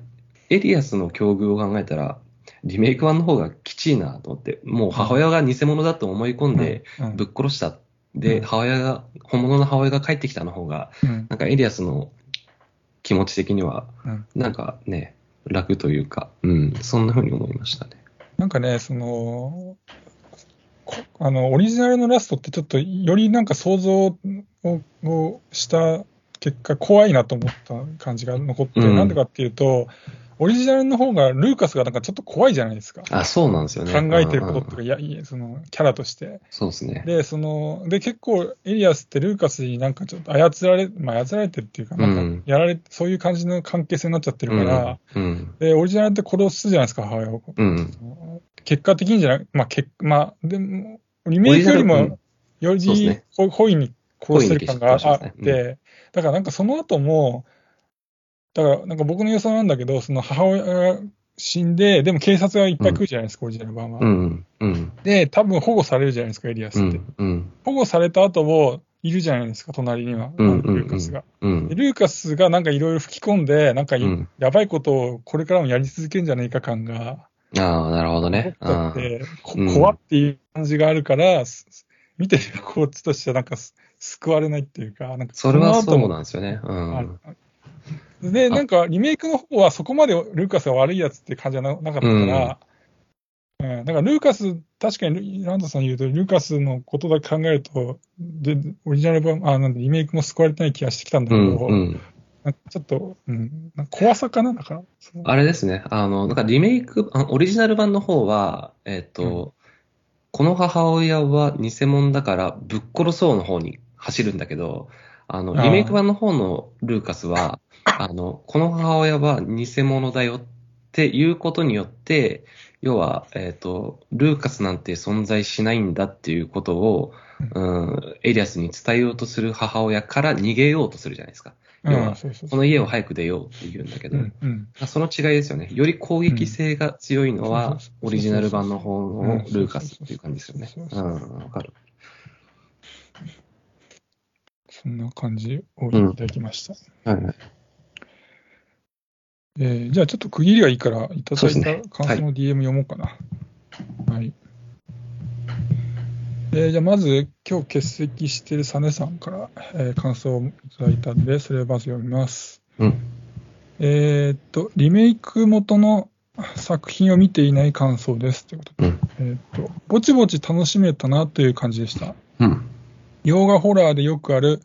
Speaker 2: エリアスの境遇を考えたら、リメイク版の方がきちいなと思って、もう母親が偽物だと思い込んで、
Speaker 1: うん
Speaker 2: ぶっ殺した。で、
Speaker 1: うん
Speaker 2: 母親が、本物の母親が帰ってきたの方が、
Speaker 1: うん
Speaker 2: なんかエリアスの気持ち的には、
Speaker 1: うん
Speaker 2: なんかね、楽というか、うん、そんな風に思いましたね。
Speaker 1: なんかね、その、こあの、オリジナルのラストって、ちょっとよりなんか想像ををした結果、怖いなと思った感じが残って、
Speaker 2: うん
Speaker 1: なんでかっていうと、オリジナルの方が、ルーカスがなんかちょっと怖いじゃないですか。
Speaker 2: あ、そうなんですよ
Speaker 1: 考
Speaker 2: ね。
Speaker 1: えてること
Speaker 2: うん
Speaker 1: とか、いや、いやその、キャラとして。
Speaker 2: そうですね。
Speaker 1: で、その、で、結構、エリアスってルーカスになんかちょっと操られ、まあ、操られてるっていうか、な
Speaker 2: うん
Speaker 1: か、
Speaker 2: ん
Speaker 1: やられ、そういう感じの関係性になっちゃってるから、
Speaker 2: うん。
Speaker 1: で、オリジナルって殺すじゃないですか、母親を。
Speaker 2: うん。うん
Speaker 1: 結果的にじゃなく、まあ、結まあ、でも、リメイクより
Speaker 2: オリジナルう
Speaker 1: も
Speaker 2: ん、
Speaker 1: よ
Speaker 2: そうです
Speaker 1: り
Speaker 2: ね、
Speaker 1: ほ故意に殺してる感があ
Speaker 2: 故意に殺し
Speaker 1: って
Speaker 2: ますね、
Speaker 1: だからなんかその後も、だからなんか僕の予想なんだけど、その母親が死んで、でも警察がいっぱい来るじゃないですか、オリジナル版は。
Speaker 2: うん。うん。
Speaker 1: で、多分保護されるじゃないですか、エリアス
Speaker 2: う
Speaker 1: って。
Speaker 2: ん。うん。
Speaker 1: 保護された後も、いるじゃないですか、隣には、
Speaker 2: うんうんうん
Speaker 1: ルーカスが。
Speaker 2: うん
Speaker 1: で。ルーカスがなんかいろいろ吹き込んで、なんかい
Speaker 2: うん
Speaker 1: やばいことをこれからもやり続けるんじゃないか感が、
Speaker 2: ああ、なるほどね。
Speaker 1: 僕だっ
Speaker 2: あー
Speaker 1: て、こ
Speaker 2: うん
Speaker 1: 怖っていう感じがあるから、すす見てるこっちとしてはなんかす救われないっていうか、なんか
Speaker 2: それはそう
Speaker 1: の
Speaker 2: なんですよね。う
Speaker 1: 後もある
Speaker 2: ん。
Speaker 1: で、なんかリメイクの方はそこまでルーカスは悪いやつって感じはななかったから、うん、だからルーカス、確かにルランドさん言うと、ルーカスのことだけ考えると、でオリジナル版、あなんだリメイクも救われてない気がしてきたんだ
Speaker 2: う
Speaker 1: けど、
Speaker 2: ん。うん。
Speaker 1: なんかちょっと、うん、なんか怖さかな、だから。その
Speaker 2: あれですね。あの、なんかリメイク、あオリジナル版の方は、えっと、この母親は偽物だからぶっ殺そうの方に走るんだけど、あの、
Speaker 1: あー
Speaker 2: リメイク版の方のルーカス は、あの、この母親は偽物だよっていうことによって、要は、えっと、ルーカスなんて存在しないんだっていうことを、うん、エリアスに伝えようとする母親から逃げようとするじゃないですか。要は
Speaker 1: うんそうそう
Speaker 2: こ
Speaker 1: そう。
Speaker 2: の家を早く出ようって言うんだけ
Speaker 1: う
Speaker 2: ど、
Speaker 1: んうん
Speaker 2: あその違いですよね。より攻撃性が強いの
Speaker 1: うん
Speaker 2: は、
Speaker 1: そうそうそう
Speaker 2: オリジナル版の方のルーカスっていう感じですよね。
Speaker 1: うん
Speaker 2: う
Speaker 1: そ
Speaker 2: ん、わかる。
Speaker 1: そんな感じをいただきました。
Speaker 2: はいはい。
Speaker 1: えーじゃあちょっと区切りがいいから、いた
Speaker 2: そ
Speaker 1: だ
Speaker 2: うです
Speaker 1: い
Speaker 2: ね
Speaker 1: た感想の DM 読もうかな。はい。えーじゃあまず今日欠席しているサネさんから、えー感想をいただいたんで、それをまず読みます。
Speaker 2: うん。
Speaker 1: えーっと、リメイク元の作品を見ていない感想ですということで、
Speaker 2: うん。
Speaker 1: えーっと、ぼちぼち楽しめたなという感じでした。
Speaker 2: うん。
Speaker 1: 洋画ホラーでよくある、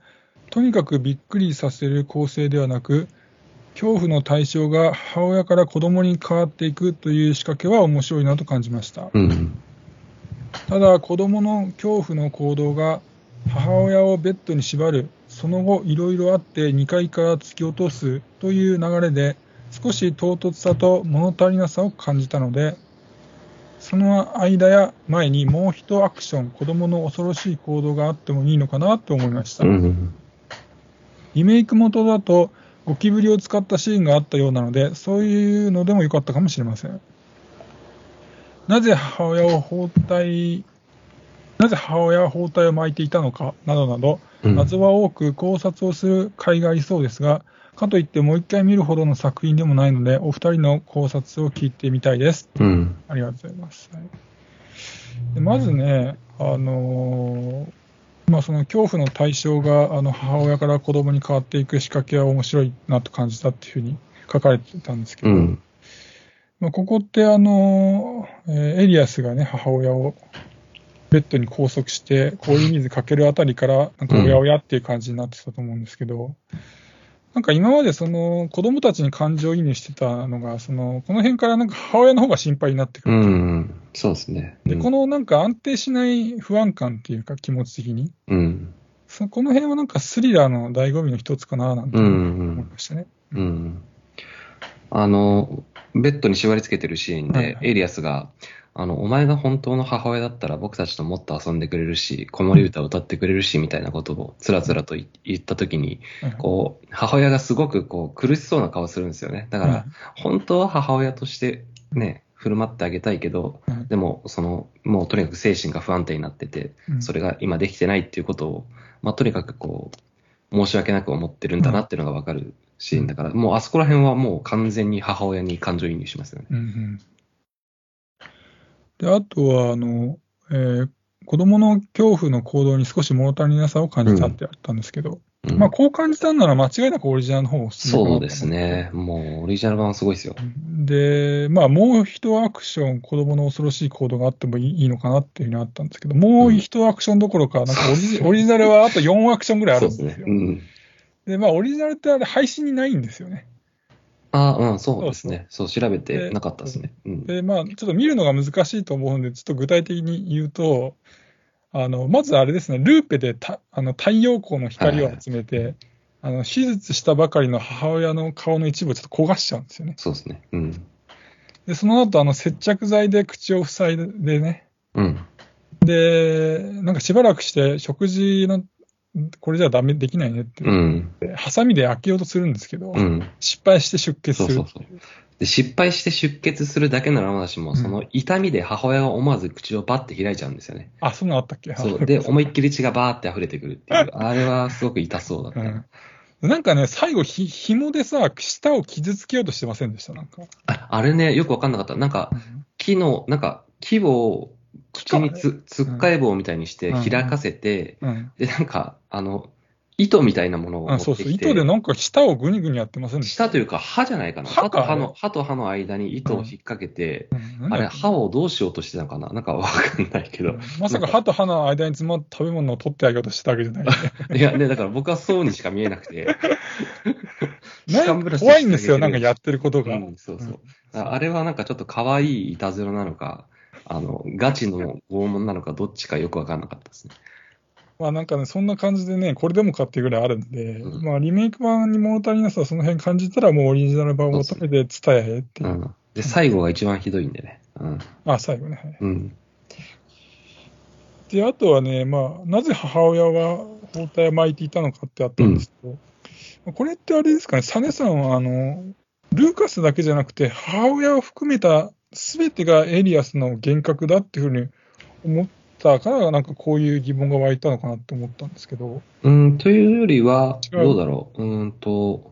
Speaker 1: とにかくびっくりさせる構成ではなく、恐怖の対象が母親から子供に変わっていくという仕掛けは面白いなと感じました。
Speaker 2: うん。
Speaker 1: ただ、子供の恐怖の行動が母親をベッドに縛る、その後いろいろあって2階から突き落とすという流れで、少し唐突さと物足りなさを感じたので、その間や前にもう一アクション、子供の恐ろしい行動があってもいいのかなと思いました
Speaker 2: う。ん。
Speaker 1: リメイク元だとゴキブリを使ったシーンがあったようなので、そういうのでも良かったかもしれません。なぜ母親を包帯、なぜ母親は包帯を巻いていたのかなどなど、
Speaker 2: うん。
Speaker 1: 謎は多く考察をする甲斐がありそうですが、かといってもう一回見るほどの作品でもないので、お二人の考察を聞いてみたいです。
Speaker 2: うん。
Speaker 1: ありがとうございます。はいでまずね、あのーまあ、その恐怖の対象があの母親から子供に変わっていく仕掛けは面白いなと感じたっていうふうに書かれてたんですけ
Speaker 2: う
Speaker 1: ど、
Speaker 2: ん。
Speaker 1: まあ、ここってあのー、えーエリアスがね、母親をベッドに拘束して、氷水かけるあたりから、なんかおやおやっていう感じになってたと思うんですけど、なんか今までその子供たちに感情移入してたのが、そのこの辺からなんか母親の方が心配になってく
Speaker 2: う
Speaker 1: る。
Speaker 2: ん。そうですね。
Speaker 1: で、こ
Speaker 2: の、
Speaker 1: のなんか安定しない不安感っていうか気持ち的に、
Speaker 2: うん。
Speaker 1: そこの辺はなんかスリラーの醍醐味の一つかななんて
Speaker 2: う
Speaker 1: 思
Speaker 2: ん。うん
Speaker 1: い。ましたね。
Speaker 2: うん。あの、ベッドに縛り付けてるシーン
Speaker 1: はい
Speaker 2: で
Speaker 1: は、い
Speaker 2: エイリアスが、あの、お前が本当の母親だったら僕たちともっと遊んでくれるし、子守歌を歌ってくれるし、みたいなことをつらつらと言言った時に、こう、母親がすごくこう、苦しそうな顔するんですよね。だ
Speaker 1: だ
Speaker 2: から、、本当は母親としてね、振る舞ってあげたいけど、
Speaker 1: はい
Speaker 2: でも、その、もうとにかく精神が不安定になってて、
Speaker 1: うん
Speaker 2: それが今できてないっていうことを、まあ、とにかくこう、申し訳なく思ってるんだなっていうのがわかるシーンだから、もうあそこら辺はもう完全に母親に感情移入しますよね。
Speaker 1: うんうん。で、あとは、あの、えー子供の恐怖の行動に少し物足りなさを感じたってあったんですけど、
Speaker 2: うん
Speaker 1: まあこう感じたんなら間違いなくオリジナルの方をおすすめかなと
Speaker 2: そうですね。もうオリジナル版はすごいですよ。
Speaker 1: で、まあ、もう一アクション、子供の恐ろしい行動があってもいいいいのかなっていうのがあったんですけど、もう一アクションどころか、なんかオリジ オリジナルはあと4アクションぐらいあ
Speaker 2: そ
Speaker 1: る
Speaker 2: うんで
Speaker 1: ですす
Speaker 2: ね。
Speaker 1: よ。
Speaker 2: うん。
Speaker 1: で、まあ、オリジナルってあれ、配信にないんですよね。
Speaker 2: ああ、うん、そうですね。そう、調べてなかったですね。うん。
Speaker 1: で、まあ、ちょっと見るのが難しいと思うんで、ちょっと具体的に言うと、あの、まずあれですね、ルーペでたあの太陽光の光を集めて、あの、手術したばかりの母親の顔の一部をちょっと焦がしちゃうんですよね。
Speaker 2: そうですね。うん。
Speaker 1: で、その後、あの、接着剤で口を塞いでね、
Speaker 2: うん。
Speaker 1: で、なんかしばらくして、食事の、これじゃダメ、できないねって
Speaker 2: う、ん。
Speaker 1: ハサミで開けようとするんですけど、
Speaker 2: うん。
Speaker 1: 失敗して出血す
Speaker 2: そ
Speaker 1: る。
Speaker 2: うそうそう。で、失敗して出血するだけならまだしも、
Speaker 1: うん
Speaker 2: その痛みで母親が思わず口をバッて開いちゃうんですよね。
Speaker 1: あ、そんなのあったっけ
Speaker 2: そう。で、思いっきり血がバーって溢れてくるっていう。あれはすごく痛そうだった。
Speaker 1: うんなんかね、最後ひ、紐でさ、舌を傷つけようとしてませんでした、なんか。
Speaker 2: ああれね、よくわかんなかった。なんか、木の、なんか、木を口につ、つっかえ棒みたいにして
Speaker 1: うん
Speaker 2: 開かせて、
Speaker 1: うん。
Speaker 2: で、なんか、あの、糸みたいなものを持
Speaker 1: あ
Speaker 2: ってきて
Speaker 1: そうそう、糸でなんか舌をぐにぐにやってませんでした。
Speaker 2: 舌というか歯じゃないかな。
Speaker 1: 歯
Speaker 2: 歯
Speaker 1: か
Speaker 2: と歯の、歯と歯の間に糸を引っ掛けて、
Speaker 1: うんなん
Speaker 2: あ
Speaker 1: だ
Speaker 2: れ、
Speaker 1: っけ
Speaker 2: 歯をどうしようとしてたのかななんかわかんないけど。
Speaker 1: まさか歯と歯の間に詰まった食べ物を取ってあげようとしてたわけ じゃないよね。
Speaker 2: いや、ね、だから僕はそうにしか見えなくて。
Speaker 1: な
Speaker 2: 歯
Speaker 1: ん
Speaker 2: 間ブ
Speaker 1: か
Speaker 2: ラシ
Speaker 1: 怖いんですよ、
Speaker 2: して
Speaker 1: な
Speaker 2: あ
Speaker 1: んか
Speaker 2: げてる
Speaker 1: やってること
Speaker 2: う
Speaker 1: が。
Speaker 2: ん、そうそう。ああれはなんかちょっと可愛いいたずらなのか、あの、ガチの拷問なのか、どっちかよくわかんなかったですね。
Speaker 1: まあなんかね、そんな感じでね、これでもかっていうぐらいあるんで、
Speaker 2: うん
Speaker 1: まあリメイク版に物足りなさはその辺感じたら、もうオリジナル版を求めて伝えへっていうう。
Speaker 2: ん。で、最後が一番ひどいんでね。うん。
Speaker 1: あ、最後ね。はい
Speaker 2: うん。
Speaker 1: で、あとはね、まあ、なぜ母親は包帯を巻いていたのかってあったんですけど、これってあれですかね、サネさんは、あの、ルーカスだけじゃなくて、母親を含めた全てがエリアスの幻覚だっていうふうに思ったから、なんかこういう疑問が湧いたのかなって思ったんですけど、
Speaker 2: うん、というよりは、
Speaker 1: 違う
Speaker 2: どうだろう。うーんと、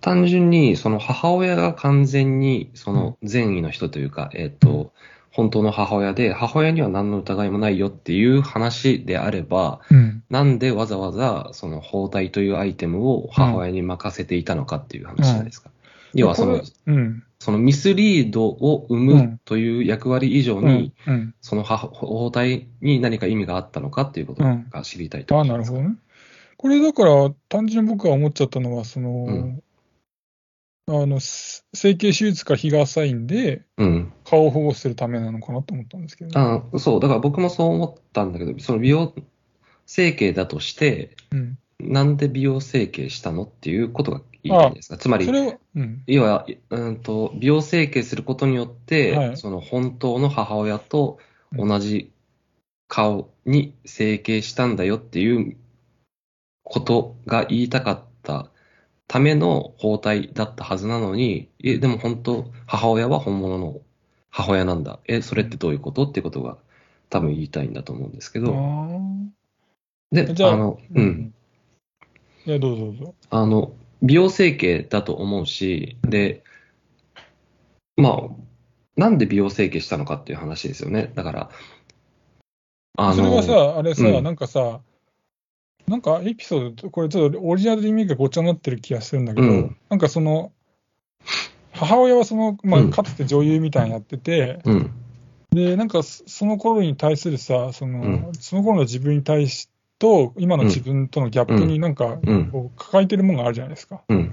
Speaker 2: 単純に、その母親が完全に、その善意の人というか、えっ、と、本当の母親で、母親には何の疑いもないよっていう話であれば、
Speaker 1: うん。
Speaker 2: なんでわざわざその包帯というアイテムを母親に任せていたのかっていう話じゃないですか。要はそ
Speaker 1: こ、
Speaker 2: の
Speaker 1: れうん。
Speaker 2: そのミスリードを生
Speaker 1: う
Speaker 2: む
Speaker 1: ん
Speaker 2: という役割以上
Speaker 1: う
Speaker 2: に、
Speaker 1: ん。うん。
Speaker 2: その母包帯に何か意味があったのかっていうことが知りたいと
Speaker 1: ああ、
Speaker 2: 思い
Speaker 1: な
Speaker 2: ま
Speaker 1: る
Speaker 2: す。
Speaker 1: ほどね。これだから、単純に僕が思っちゃったのは、その、
Speaker 2: うん
Speaker 1: あの、す整形手術から日が浅いんで、
Speaker 2: うん。
Speaker 1: 顔を保護するためなのかなと思ったんですけどね、
Speaker 2: あそう、だから僕もそう思ったんだけど、その美容整形だとして、
Speaker 1: うん。
Speaker 2: なんで美容整形したのっていうことがいいじゃないですか。つまり
Speaker 1: そ、れは、うん。
Speaker 2: 要は、うんと、美容整形することによって、
Speaker 1: はい
Speaker 2: その本当の母親と同じ顔に整形したんだよっていうことが言いたかったための包帯だったはずなのに、え、でも本当、母親は本物の母親なんだ。え、それってどういうことってことが多分言いたいんだと思うんですけ
Speaker 1: あ
Speaker 2: ど。
Speaker 1: ー
Speaker 2: で、
Speaker 1: じゃあ
Speaker 2: あの、うん。。
Speaker 1: いや、どうぞどうぞ。
Speaker 2: あの、美容整形だと思うし、で、まあ、なんで美容整形したのかっていう話ですよね。だから、あ
Speaker 1: それ
Speaker 2: の、
Speaker 1: がさ、あれさ、
Speaker 2: うん
Speaker 1: なんかさ、なんかエピソード、これちょっとオリジナルリメイクがごっちゃになってる気がするんだけど、
Speaker 2: うん
Speaker 1: なんかその、母親はその、まあ
Speaker 2: う、ん
Speaker 1: かつて女優みたいにやってて、
Speaker 2: うん、
Speaker 1: で、なんかそその頃に対するさ、その、
Speaker 2: う
Speaker 1: その頃の自分に対しと、今の自分とのギャップになんか、
Speaker 2: うん、
Speaker 1: こう抱えてるもんがあるじゃないですか。
Speaker 2: うん、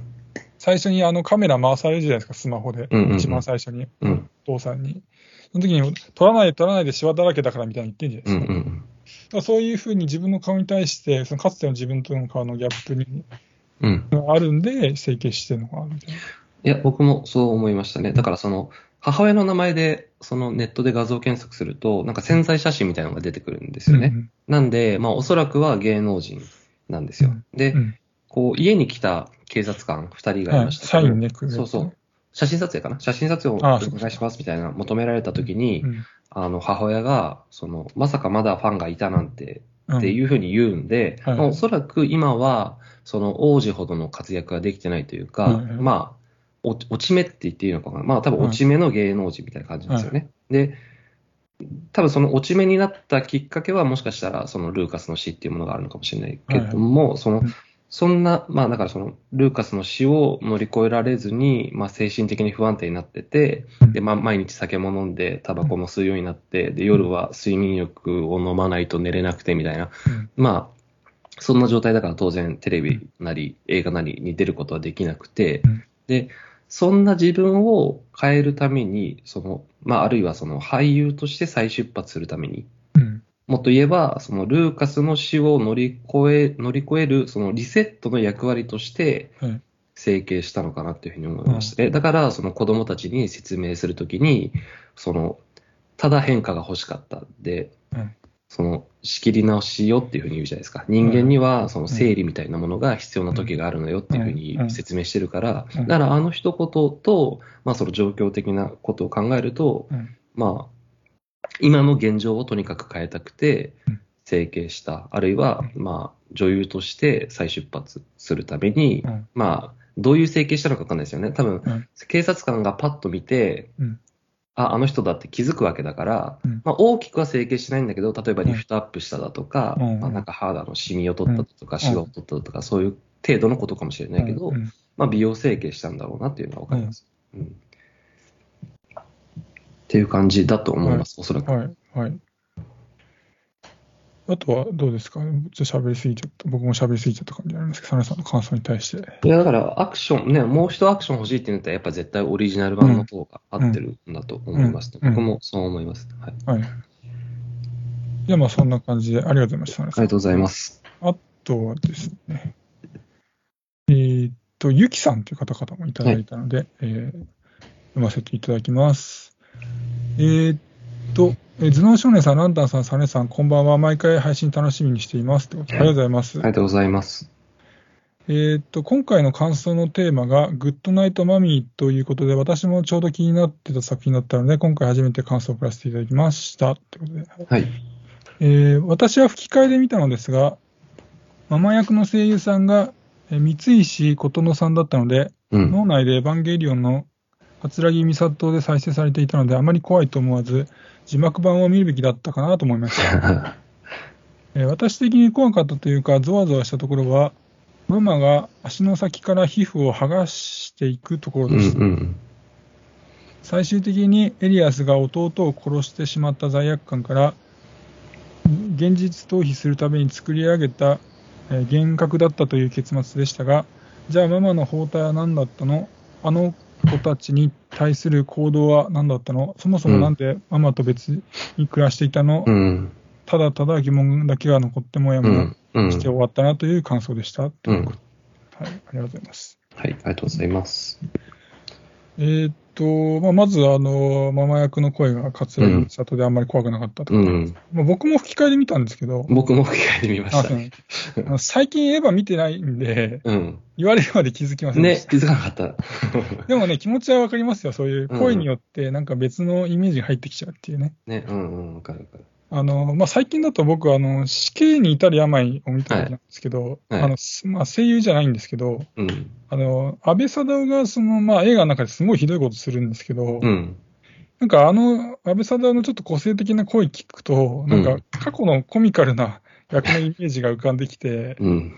Speaker 1: 最初にあのカメラ回されるじゃないですか、スマホで。
Speaker 2: うん、うん、
Speaker 1: 一番最初に、
Speaker 2: うん、
Speaker 1: お父さんに。その時に、撮らない撮らないでシワだらけだからみたいに言ってんじゃないです
Speaker 2: う
Speaker 1: か。
Speaker 2: ん、うん、
Speaker 1: だからそういうふうに自分の顔に対して、そのかつての自分との顔のギャップに
Speaker 2: うん。
Speaker 1: あるんで、整形してるのかなみたい
Speaker 2: いや、僕もそう思いましたね。だから、その、母親の名前で、そのネットで画像検索すると、なんか潜在写真みたいなのが出てくるんですよ
Speaker 1: な。
Speaker 2: ね。なんで、まあ、おそらくは芸能人なんですよ。で、
Speaker 1: うんうん
Speaker 2: こう、家に来た警察官2人がい
Speaker 1: は
Speaker 2: ま
Speaker 1: い、
Speaker 2: した
Speaker 1: サ
Speaker 2: けど、
Speaker 1: インね、くれる
Speaker 2: そうそう。写真撮影かな写真撮影を
Speaker 1: あ
Speaker 2: お
Speaker 1: あそうか
Speaker 2: 願いしますみたいな求められた時に
Speaker 1: う、ん
Speaker 2: あの、母親が、その、まさかまだファンがいたなんて、
Speaker 1: うん。
Speaker 2: っていうふうに言うんで、
Speaker 1: はい
Speaker 2: まあおそらく今は、その、王子ほどの活躍ができてないというか、
Speaker 1: うんうん
Speaker 2: まあ、お落ち目って言っていいのかなまあ、多分落ち目の芸能人みたいな感じですよね。で、多分その落ち目になったきっかけは、もしかしたら、そのルーカスの死っていうものがあるのかもしれないけども、その
Speaker 1: うん、
Speaker 2: そんな、まあだからその、ルーカスの死を乗り越えられずに、まあ精神的に不安定になってて、で、まあ毎日酒も飲んで、タバコも吸うようになって、で、夜は睡眠欲を飲まないと寝れなくてみたいな、
Speaker 1: うん
Speaker 2: まあ、そんな状態だから当然テレビなり映画なりに出ることはできなくて
Speaker 1: うん、
Speaker 2: で、そんな自分を変えるために、その、まああるいはその俳優として再出発するために、
Speaker 1: うん
Speaker 2: もっと言えば、そのルーカスの死を乗り越え、乗り越える、そのリセットの役割として
Speaker 1: はい、
Speaker 2: 整形したのかなっていうふうに思いましたね。だから、その子供たちに説明するときに、その、ただ変化が欲しかったんで、
Speaker 1: うん
Speaker 2: その、仕切り直しよっていうふうに言うじゃないですか。人間には、その生理みたいなものが必要な時があるのよっていうふう
Speaker 1: うん
Speaker 2: に説明してるから、
Speaker 1: うん
Speaker 2: だからあの一言と、まあその状況的なことを考えると、
Speaker 1: うん
Speaker 2: まあ、今の現状をとにかく変えたくて
Speaker 1: うん、
Speaker 2: 整形した。あるいは、まあ、女優として再出発するために、
Speaker 1: うん
Speaker 2: まあ、どういう整形したのかわかんないですよね。多分、
Speaker 1: うん
Speaker 2: 警察官がパッと見て、
Speaker 1: うん
Speaker 2: あ、あの人だって気づくわけだから、
Speaker 1: うん
Speaker 2: まあ、大きくは整形しないんだけど、例えばリフトアップしただとか、
Speaker 1: うん
Speaker 2: まあ、なんか肌のシミを取っただとか、シワを取っただとか、そういう程度のことかもしれないけど、
Speaker 1: うん
Speaker 2: まあ、美容整形したんだろうなっていうのはわかります。うんっていう感じだと思います、おそらく。
Speaker 1: はい、はい。あとはどうですかちょっと喋りすぎちゃった。僕も喋りすぎちゃった感じありますけど、サナさんの感想に対して。
Speaker 2: いや、だからアクション、ね、もう一アクション欲しいって言うんだったら、やっぱ絶対オリジナル版の方が合ってるんだと思います、ね
Speaker 1: うんうん
Speaker 2: 僕もそう思います、はい。あ
Speaker 1: はい。じゃあまあそんな感じで、ありがとうございました、サナさん
Speaker 2: りがとうございます。
Speaker 1: あとはですね、えーっと、ゆきさんという方々もいただいたので、えー読ませていただきます。えーっと、えー頭脳少年さん、ランタンさん、サネさん、こんばんは。毎回配信楽しみにしています。ってことでありがとうございます。
Speaker 2: ありがとうございます。
Speaker 1: えーっと、今回の感想のテーマが、グッドナイトマミーということで、私もちょうど気になってた作品だったので、今回初めて感想を送らせていただきました。ってことで、
Speaker 2: はい。
Speaker 1: えー私は吹き替えで見たのですが、ママ役の声優さんが、えー三石琴乃さんだったので、
Speaker 2: うん。
Speaker 1: 脳内でエヴァンゲリオンの葛城美里で再生されていたので、あまり怖いと思わず、字幕版を見るべきだったかなと思いました。えー私的に怖かったというか、ゾワゾワしたところは、ママが足の先から皮膚を剥がしていくところ
Speaker 2: うんう
Speaker 1: です。
Speaker 2: ん。
Speaker 1: 最終的にエリアスが弟を殺してしまった罪悪感から、現実逃避するために作り上げた、えー幻覚だったという結末でしたが、じゃあママの包帯は何だったのあの子たちに対する行動は何だったのそもそもなんでママと別に暮らしていたの、
Speaker 2: うん。
Speaker 1: ただただ疑問だけが残ってもや
Speaker 2: う
Speaker 1: もや
Speaker 2: ん。うん。
Speaker 1: して終わったなという感想でした。と
Speaker 2: う。
Speaker 1: いうんこと
Speaker 2: はい、
Speaker 1: はい、ありがとうございます。
Speaker 2: ありがとうございます。
Speaker 1: えーっと、まあ、まず、あの、ママ役の声が桂木里であんまり怖くなかったと。
Speaker 2: うん。
Speaker 1: まあ、僕も吹き替えで見たんですけど、
Speaker 2: 僕も吹き替えてみま
Speaker 1: あ
Speaker 2: し
Speaker 1: そう。
Speaker 2: た
Speaker 1: なんですあの最近エヴァ見てないんで、
Speaker 2: うん。
Speaker 1: 言われるまで気づきませんで
Speaker 2: ね
Speaker 1: し、
Speaker 2: 気づかなかった。
Speaker 1: た。でもね、気持ちはわかりますよ。そういう声によって、なんか別のイメージが入ってきちゃうっていうね。
Speaker 2: ね、うんうん、わかるわかる。
Speaker 1: あの、まあ、最近だと僕、あの、死刑に至る病を見た時なんですけど、
Speaker 2: はいはい
Speaker 1: あの、すまあ、声優じゃないんですけど、
Speaker 2: うん。
Speaker 1: あの、安倍貞夫が、その、まあ、映画の中ですごいひどいことするんですけど、
Speaker 2: うん。
Speaker 1: なんかあの、安倍貞夫のちょっと個性的な声聞くと、なん
Speaker 2: う
Speaker 1: か
Speaker 2: ん
Speaker 1: 過去のコミカルな役のイメージが浮かんでき て、
Speaker 2: うん。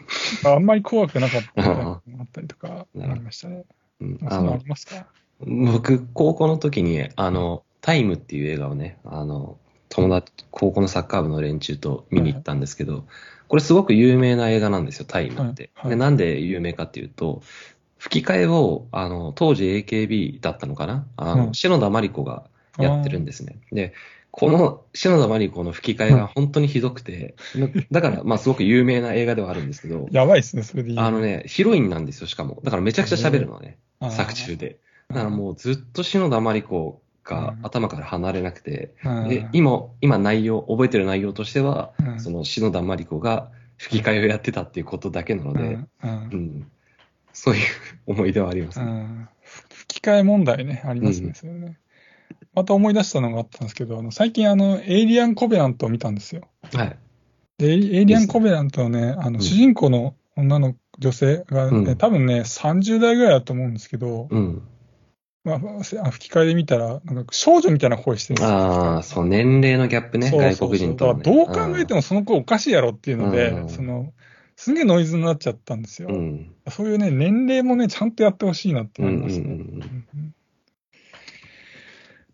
Speaker 1: あんまり怖くなかったみたいなのがあったりとか、
Speaker 2: うん
Speaker 1: ありましたね。
Speaker 2: うん
Speaker 1: あ
Speaker 2: あ
Speaker 1: そんなのあ
Speaker 2: の
Speaker 1: り、ますか
Speaker 2: 僕、高校の時に、あの、タイムっていう映画をね、あの、友達、高校のサッカー部の連中と見に行ったんですけど、これすごく有名な映画なんですよ、タイムって。
Speaker 1: はいはい
Speaker 2: でなんで有名かっていうと、吹き替えを、あの、当時 AKB だったのかなあの、
Speaker 1: うん
Speaker 2: 篠田麻里子がやってるんですね。で、この篠田麻里子の吹き替えが本当にひどくて、だから、まあすごく有名な映画ではあるんですけど、
Speaker 1: やばいですね、それでいい。
Speaker 2: あのね、ヒロインなんですよ、しかも。だからめちゃくちゃ喋るのね、
Speaker 1: あー
Speaker 2: 作中で。だから
Speaker 1: あ
Speaker 2: もうずっと篠田麻里子が
Speaker 1: うん
Speaker 2: 頭から離れなくて、
Speaker 1: ー
Speaker 2: で、今、今内容、覚えてる内容としては、
Speaker 1: うん
Speaker 2: その篠田麻里子が吹き替えをやってたっていうことだけなの
Speaker 1: うん
Speaker 2: で、
Speaker 1: うん
Speaker 2: うん、そういう思い出はあります
Speaker 1: う
Speaker 2: ね。
Speaker 1: ん吹き替え問題ね、あります
Speaker 2: う
Speaker 1: ね、
Speaker 2: ん
Speaker 1: それね。また思い出したのがあったんですけど、あの最近、あの、エイリアン・コベナントを見たんですよ。
Speaker 2: はい。
Speaker 1: で、エイエイリアン・コベラントはね、あ
Speaker 2: う
Speaker 1: の、
Speaker 2: ん
Speaker 1: 主人公の女の女性がね、
Speaker 2: うん
Speaker 1: 多分ね、30代ぐらいだと思うんですけど、
Speaker 2: うん。
Speaker 1: まあ、せあ吹き替えで見たら、なんか少女みたいな声してるんですよ
Speaker 2: ああ、そう、年齢のギャップね、
Speaker 1: そうそう
Speaker 2: 外
Speaker 1: そう
Speaker 2: 国人とのね、
Speaker 1: だからどう考えてもその子おかしいやろっていうので、
Speaker 2: うん
Speaker 1: その、すげえノイズになっちゃったんですよ。
Speaker 2: うん。
Speaker 1: そういうね、年齢もね、ちゃんとやってほしいなって
Speaker 2: うん。う
Speaker 1: 思い
Speaker 2: んう
Speaker 1: ま
Speaker 2: ん
Speaker 1: す
Speaker 2: う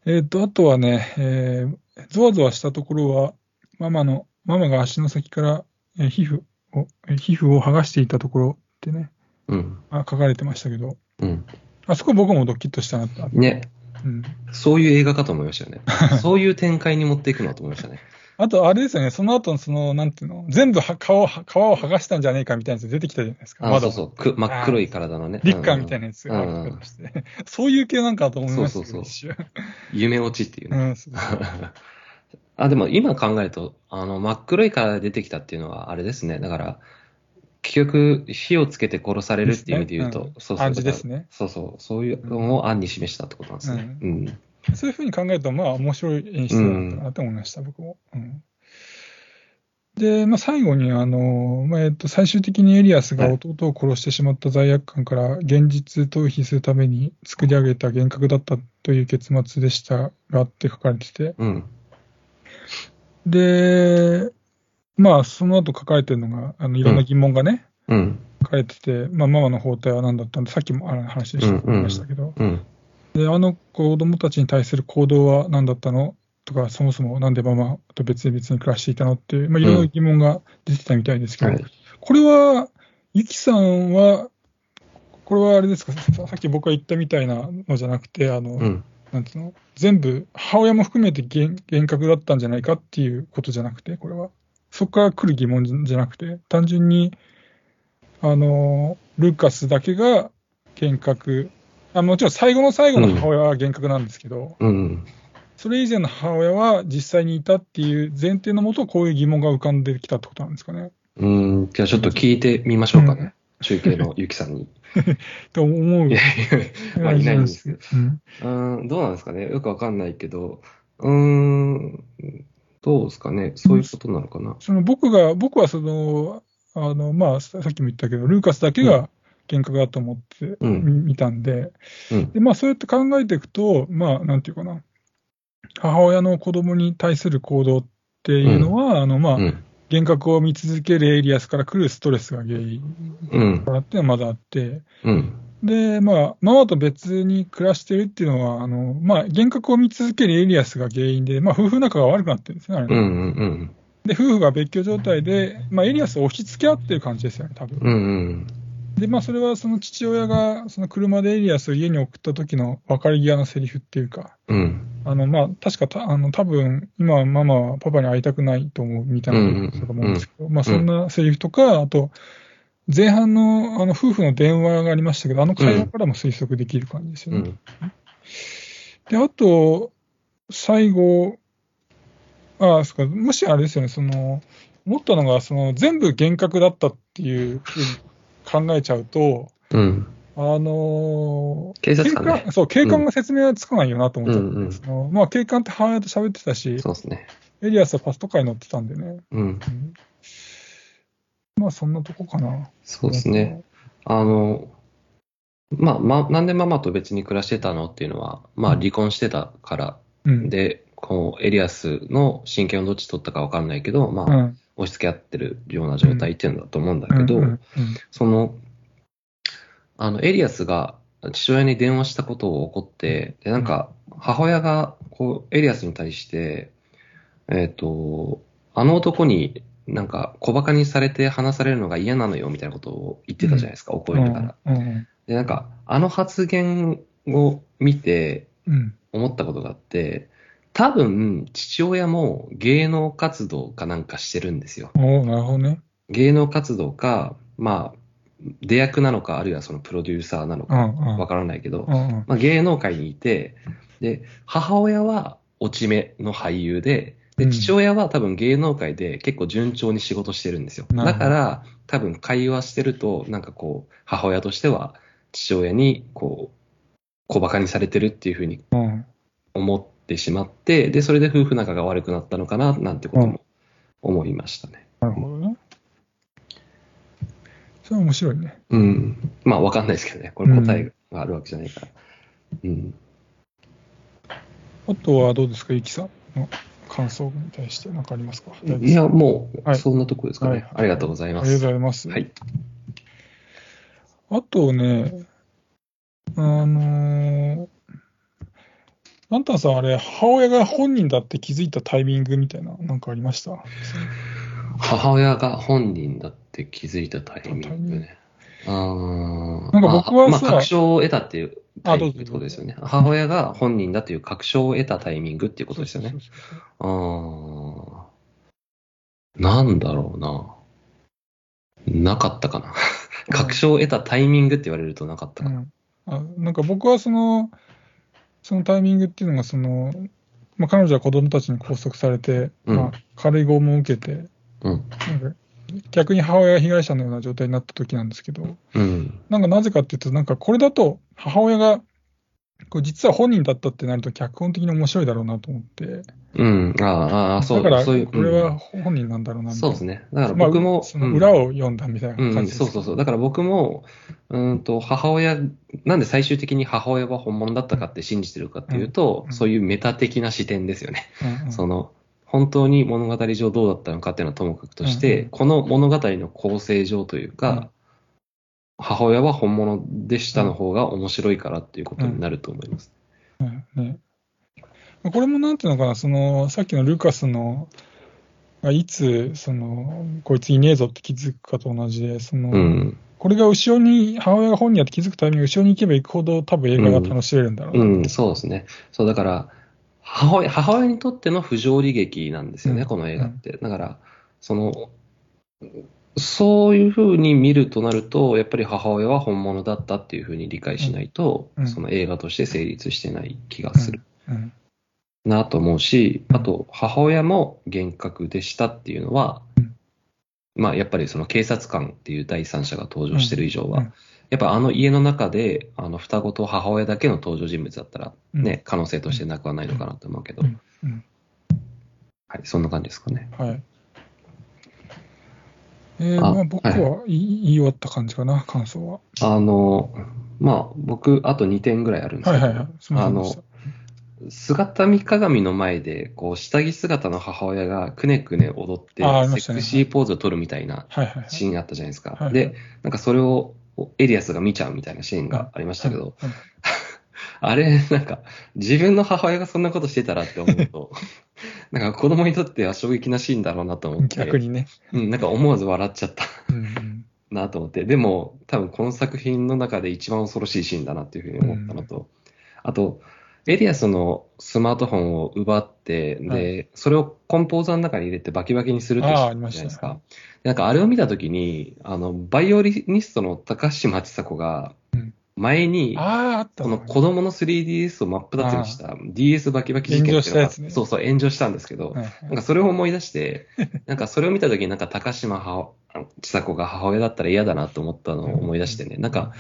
Speaker 1: ね。
Speaker 2: ん。
Speaker 1: えっ、と、あとはね、えー、ゾワゾワしたところは、ママの、ママが足の先から、えー皮膚を、えー皮膚を剥がしていたところってね、
Speaker 2: うん。
Speaker 1: あ書かれてましたけど、
Speaker 2: うん。
Speaker 1: あそこ僕もドキッとしたなって、
Speaker 2: ね、
Speaker 1: うん。
Speaker 2: そういう映画かと思いましたよね。 そういう展開に持っていくのと思いましたね。
Speaker 1: あと、あれですよね、その後のその、なんていうの、全部は皮をは皮を剥がしたんじゃねえかみたいなやつ出てきたじゃないですか。
Speaker 2: あ
Speaker 1: まだ
Speaker 2: そうそうく、真っ黒い体のね。
Speaker 1: リッカーみたい
Speaker 2: な。
Speaker 1: なやつ
Speaker 2: うん
Speaker 1: が出てきまして、 そういう系なんかと思いましたけ
Speaker 2: そ
Speaker 1: ど、
Speaker 2: う
Speaker 1: 一瞬。
Speaker 2: 夢落ちっていう
Speaker 1: う
Speaker 2: ね。
Speaker 1: ん、そうそう
Speaker 2: あ、でも今考えると、あの、真っ黒い体で出てきたっていうのはあれですね。だから、結局、火をつけて殺されるっていう意味で言うと、
Speaker 1: ですねん
Speaker 2: そうそ う。
Speaker 1: 感じですね。
Speaker 2: そうそう、そういうのを案に示したってことなんですね。うん。
Speaker 1: そういうふうに考えると、まあ、面白い演出だったかなと思いました、僕も。うんで、まあ、最後に、あの、まあ、えっと、最終的にエリアスが
Speaker 2: はい
Speaker 1: 弟を殺してしまった罪悪感から、現実逃避するために作り上げた幻覚だったという結末でしたがって書かれてて、
Speaker 2: うん。
Speaker 1: で、まあ、その後書かれてるのが、あの、いろんな疑問がね、
Speaker 2: うん。
Speaker 1: 書かれてて、まあ、ママの包帯は何だったんだ、さっきもあの話でした
Speaker 2: うんうん
Speaker 1: ましたけど、
Speaker 2: うん。
Speaker 1: で、あの子供たちに対する行動は何だったのとか、そもそもなんでママと別々に暮らしていたのっていう、まあ、いろいろ疑問が出てたみたいですけど、
Speaker 2: はい。
Speaker 1: これは、ゆきさんは、これはあれですか、ささっき僕が言ったみたいなのじゃなくて、あの、
Speaker 2: うん。
Speaker 1: なんていうの、全部、母親も含めて幻幻覚だったんじゃないかっていうことじゃなくて、これは。そこから来る疑問じゃなくて、単純に、あの、ルーカスだけが幻覚。あもちろん最後の最後の母親は幻覚なんですけど、
Speaker 2: うん。
Speaker 1: それ以前の母親は実際にいたっていう前提のもと、こういう疑問が浮かんできたってことなんですかね。
Speaker 2: うん。じゃあちょっと聞いてみましょうかね。中継のゆきさん に。
Speaker 1: と思う
Speaker 2: いやいや、まあいないんですけど。
Speaker 1: うん
Speaker 2: うーん、どうなんですかね。よくわかんないけど、うーん、どうですかね。そういうことなのかな。
Speaker 1: その僕が、僕はその、あの、まあ、ささっきも言ったけど、ルーカスだけが幻覚だと思って
Speaker 2: うん
Speaker 1: み見たんで、
Speaker 2: うん。
Speaker 1: で、まあそうやって考えていくと、まあなんていうかな、母親の子供に対する行動っていうのは、あの、まあ、
Speaker 2: うん。
Speaker 1: 幻覚を見続けるエイリアスから来るストレスが原因
Speaker 2: うん。
Speaker 1: だっていうのはまだあって、
Speaker 2: うん。
Speaker 1: で、まあ、ママと別に暮らしてるっていうのは、あの、まあ、幻覚を見続けるエイリアスが原因で、まあ、夫婦仲が悪くなってるんですよね、あれ
Speaker 2: う
Speaker 1: ね
Speaker 2: ん。うん。
Speaker 1: で、夫婦が別居状態で、まあ、エイリアスを押し付け合ってる感じですよね、多分。
Speaker 2: うん。うん。
Speaker 1: で、まあ、それはその父親が、その車でエイリアスを家に送った時の別れ際のセリフっていうか、
Speaker 2: うん。
Speaker 1: あの、まあ、確かた、あの、多分、今はママはパパに会いたくないと思うみたいなことだと思うんですけど、まあ、そんなセリフとか、あと、前半の、あの、夫婦の電話がありましたけど、あの会話からも推測できる感じですよ
Speaker 2: う
Speaker 1: ね。
Speaker 2: ん。
Speaker 1: で、あと、最後、ああ、そうか、もしあれですよね、その、思ったのが、その、全部幻覚だったっていうふうに考えちゃうと、
Speaker 2: うん。
Speaker 1: あのー
Speaker 2: 警察官ね
Speaker 1: 警官そう、警官が説明はつかないよなと思っちゃって、
Speaker 2: うんうんうん
Speaker 1: そのまあ、警官って母親と喋ってたし、
Speaker 2: そうですね。
Speaker 1: エリアスはパストカーに乗ってたんでね。
Speaker 2: うん。
Speaker 1: うんまあ、そんなとこかな。
Speaker 2: そうですね。。あの、まあ、ま、なんでママと別に暮らしてたのっていうのは、まあ、離婚してたから。
Speaker 1: うん。
Speaker 2: で、こう、エリアスの親権をどっち取ったかわかんないけど、ま
Speaker 1: う
Speaker 2: あ、
Speaker 1: ん、
Speaker 2: 押し付け合ってるような状態っていうんだと思うんだけど、
Speaker 1: うんうん
Speaker 2: その、あの、エリアスが父親に電話したことを怒って、で、なんか、母親が、こう、エリアスに対して、えっ、と、あの男になんか、小馬鹿にされて話されるのが嫌なのよ、みたいなことを言ってたじゃないですか、怒
Speaker 1: うん
Speaker 2: りなが
Speaker 1: う
Speaker 2: ら。
Speaker 1: ん
Speaker 2: で、なんか、あの発言を見て
Speaker 1: うん
Speaker 2: 思ったことがあって、多分、父親も芸能活動かなんかしてるんですよ。
Speaker 1: うん。おおなるほどね。
Speaker 2: 芸能活動か、まあ、出役なのか、あるいはそのプロデューサーなの
Speaker 1: う
Speaker 2: か、
Speaker 1: んうん。
Speaker 2: わからないけど
Speaker 1: う、んうん
Speaker 2: まあ、芸能界にいて、で、母親は落ち目の俳優で、
Speaker 1: う
Speaker 2: で、
Speaker 1: ん
Speaker 2: 父親は多分芸能界で結構順調に仕事してるんですよ。
Speaker 1: なる
Speaker 2: だ
Speaker 1: ほど
Speaker 2: から、多分会話してると、なんかこう、母親としては父親に、こう、小馬鹿にされてるっていうふうに
Speaker 1: うん。
Speaker 2: 思ってしまって、で、それで夫婦仲が悪くなったのかな、なんてことも思いましたね。
Speaker 1: なるほどね。それは面白いね。
Speaker 2: うん。まあ、わかんないですけどね。これ答えがあるわけじゃないから。うん。
Speaker 1: あとはどうですか、ゆきさんの感想に対して何かありますか大丈夫で
Speaker 2: い
Speaker 1: すか
Speaker 2: や、も
Speaker 1: は
Speaker 2: う、
Speaker 1: い
Speaker 2: そんなとこですかね。
Speaker 1: はい
Speaker 2: ありがとうございま
Speaker 1: ありがと
Speaker 2: す。
Speaker 1: うございます。
Speaker 2: はい。
Speaker 1: あとね、あのー、あんたさん、あれ、母親が本人だって気づいたタイミングみたいな、なんかありました
Speaker 2: 母親が本人だって気づいたタイミングね。あー
Speaker 1: なんか僕は
Speaker 2: まあ、
Speaker 1: さ
Speaker 2: まあ確証を得たっていうタ
Speaker 1: あ
Speaker 2: イ
Speaker 1: ど
Speaker 2: ミ
Speaker 1: う
Speaker 2: ン
Speaker 1: ぞ
Speaker 2: グってことですよね。母親が本人だという確証を得たタイミングっていうことですよね。
Speaker 1: そうそうそうそう
Speaker 2: あーなんだろうな。なかったかな。確証を得たタイミングって言われるとなかったかな。
Speaker 1: うん、あなんか僕はその、そのタイミングっていうのが、その、まあ、彼女は子供たちに拘束されて、
Speaker 2: うん
Speaker 1: まあ、軽い拷問を受けて、
Speaker 2: うん。
Speaker 1: なんか逆に母親が被害者のような状態になった時なんですけど、
Speaker 2: うん。
Speaker 1: なんかなぜかっていうと、なんかこれだと母親が、こう実は本人だったってなると脚本的に面白いだろうなと思って、
Speaker 2: うん、ああああ、そ
Speaker 1: だ
Speaker 2: う、
Speaker 1: から
Speaker 2: そういう、
Speaker 1: これは本人なんだろう
Speaker 2: う、
Speaker 1: なんみたい
Speaker 2: そ
Speaker 1: うな。
Speaker 2: ですね。だから
Speaker 1: まあ
Speaker 2: 僕も、
Speaker 1: その裏
Speaker 2: を、
Speaker 1: を読んだみたいな
Speaker 2: う
Speaker 1: 感
Speaker 2: ん、
Speaker 1: じです。
Speaker 2: そうそうそう。だから僕も、うんと、母親、なんで最終的に母親は本物だったかって信じてるかっていうと、
Speaker 1: うん
Speaker 2: そういうメタ的な視点ですよね。
Speaker 1: うんうん
Speaker 2: その、本当に物語上どうだったのかっていうのはともかくとして、
Speaker 1: うん
Speaker 2: この物語の構成上というか、母親は本物でしたの方が面白いからっていうことになると思います。
Speaker 1: ね。これもなんていうのかな、その、さっきのルカスの、がいつ、その、こいついねえぞって気づくかと同じで、その、
Speaker 2: うん、
Speaker 1: これが後ろに、母親が本人やって気づくタイミングが後ろに行けば行くほど多分映画が楽しめるんだろうな。
Speaker 2: うん、そうですね。そう、だから、母親、母親にとっての不条理劇なんですよね、
Speaker 1: うん
Speaker 2: この映画って。だから、その、そういうふうに見るとなると、やっぱり母親は本物だったっていうふうに理解しないと、
Speaker 1: うん
Speaker 2: その映画として成立してない気がする
Speaker 1: うん
Speaker 2: なと思うし、
Speaker 1: うん
Speaker 2: あと、母親も幻覚でしたっていうのは、
Speaker 1: うん
Speaker 2: まあ、やっぱりその警察官っていう第三者が登場してる以上は、
Speaker 1: うんうん
Speaker 2: やっぱあの家の中で、あの双子と母親だけの登場人物だったら、
Speaker 1: うん
Speaker 2: ね、可能性としてなくはないのかなと思うけど、
Speaker 1: うんうん
Speaker 2: はい、そんな感じですかね。
Speaker 1: はい。えー
Speaker 2: あ
Speaker 1: まあ、僕は言い言い終わった感じかな、感想は。
Speaker 2: あの、まあ、僕、あと2点ぐらいあるんです
Speaker 1: は
Speaker 2: け
Speaker 1: いは
Speaker 2: ど、
Speaker 1: いはい。すみませんでした。
Speaker 2: 姿見鏡の前で、こう、下着姿の母親がくねくね踊って、
Speaker 1: あありまし
Speaker 2: セ
Speaker 1: たね
Speaker 2: クシーポーズを取るみたいな
Speaker 1: はいはいはい。
Speaker 2: シーンあったじゃないですか。
Speaker 1: はい
Speaker 2: で、なんかそれをエリアスが見ちゃうみたいなシーンがありましたけど、
Speaker 1: はい
Speaker 2: あれ、なんか、自分の母親がそんなことしてたらって思う と、なんか子供にとっては衝撃なシーンだろうなと思って、
Speaker 1: 逆にね。
Speaker 2: うん、なんか思わず笑っちゃった
Speaker 1: う ん
Speaker 2: なと思って、でも多分この作品の中で一番恐ろしいシーンだなっていうふうに思ったのと、あと、エリアスのスマートフォンを奪って、で、
Speaker 1: は
Speaker 2: それをコンポーザーの中に入れてバキバキにするっていうシ
Speaker 1: あー
Speaker 2: ー
Speaker 1: あり
Speaker 2: ン
Speaker 1: まし
Speaker 2: じゃ
Speaker 1: たね
Speaker 2: ないですか。でなんかあれを見たときに、あの、バイオリニストの高橋真知さ子が
Speaker 1: うん、
Speaker 2: 前に、
Speaker 1: うんああ、あった
Speaker 2: こ
Speaker 1: な
Speaker 2: の子供の 3DS を真っ二つにした DS バキバキ事件って
Speaker 1: 炎上した
Speaker 2: いうのが
Speaker 1: やつね
Speaker 2: そうそう、炎上したんですけど、
Speaker 1: はい
Speaker 2: なん
Speaker 1: は
Speaker 2: かそれを思い出して、 なんかそれを見たときになんか高島母あの千佐子が母親だったら嫌だなと思ったのを思い出してね、なんか、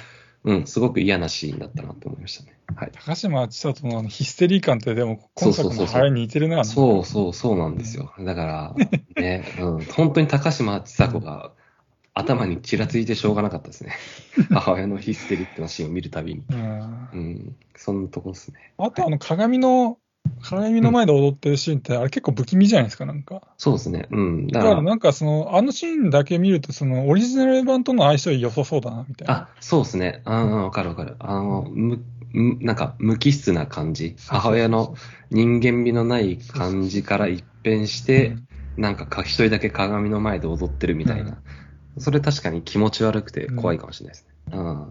Speaker 2: うん、すごく嫌なシーンだったなと思いましたね。はい。
Speaker 1: 高島千里のあのヒステリー感ってでも今作の流れに似てるな。
Speaker 2: そうそう、そうなんですよ。だから、ね、うん、本当に高島千佐子が頭にちらついてしょうがなかったですね。 母親のヒステリックなシーンを見るたびに。
Speaker 1: うん
Speaker 2: うん、そんなとこですね。
Speaker 1: あとあの鏡の、鏡の前で踊ってるシーンってあれ結構不気味じゃないですか、なんか。
Speaker 2: そうですね。うん。だ
Speaker 1: だ
Speaker 2: か
Speaker 1: から
Speaker 2: ら、
Speaker 1: なんかその、あのシーンだけ見ると、そのオリジナル版との相性良さそうだな、みたいな。
Speaker 2: あ、そうですね。あの、わかるわかる。あの、む、むなんか、無機質な感じ。母親の人間味のない感じから一変して、なんかか、一人だけ鏡の前で踊ってるみたいな。それ確かに気持ち悪くて怖いかもしれないですね。うん。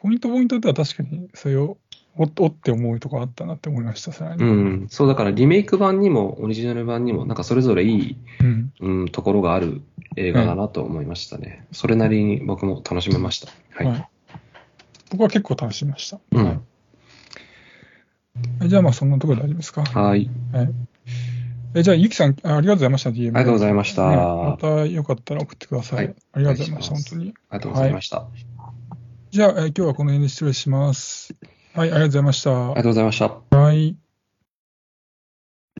Speaker 1: ポイントポイントでは確かに、それを、おっおって思うとこあったなって思いました、さら
Speaker 2: う
Speaker 1: に。
Speaker 2: ん。そう、だからリメイク版にもオリジナル版にも、なんかそれぞれいい、
Speaker 1: うん。
Speaker 2: うん、ところがある映画だなと思いましたね。それなりに僕も楽しめました。はい。
Speaker 1: はい僕は結構楽しみました。
Speaker 2: うん
Speaker 1: はい。じゃあまあそんなところで大丈夫ですか。
Speaker 2: はい。
Speaker 1: えじゃあ、ゆきさん、あありがとうございました、DM。
Speaker 2: ありがとうございました。
Speaker 1: ね
Speaker 2: あ
Speaker 1: またよかったら送ってください。
Speaker 2: はい
Speaker 1: ありがとうございました、本
Speaker 2: お願いします
Speaker 1: 当に。
Speaker 2: りがとうございました。あ
Speaker 1: じゃあ、えー今日はこの辺で失礼します。はい、ありがとうございました。
Speaker 2: りがとうございました。
Speaker 1: はい。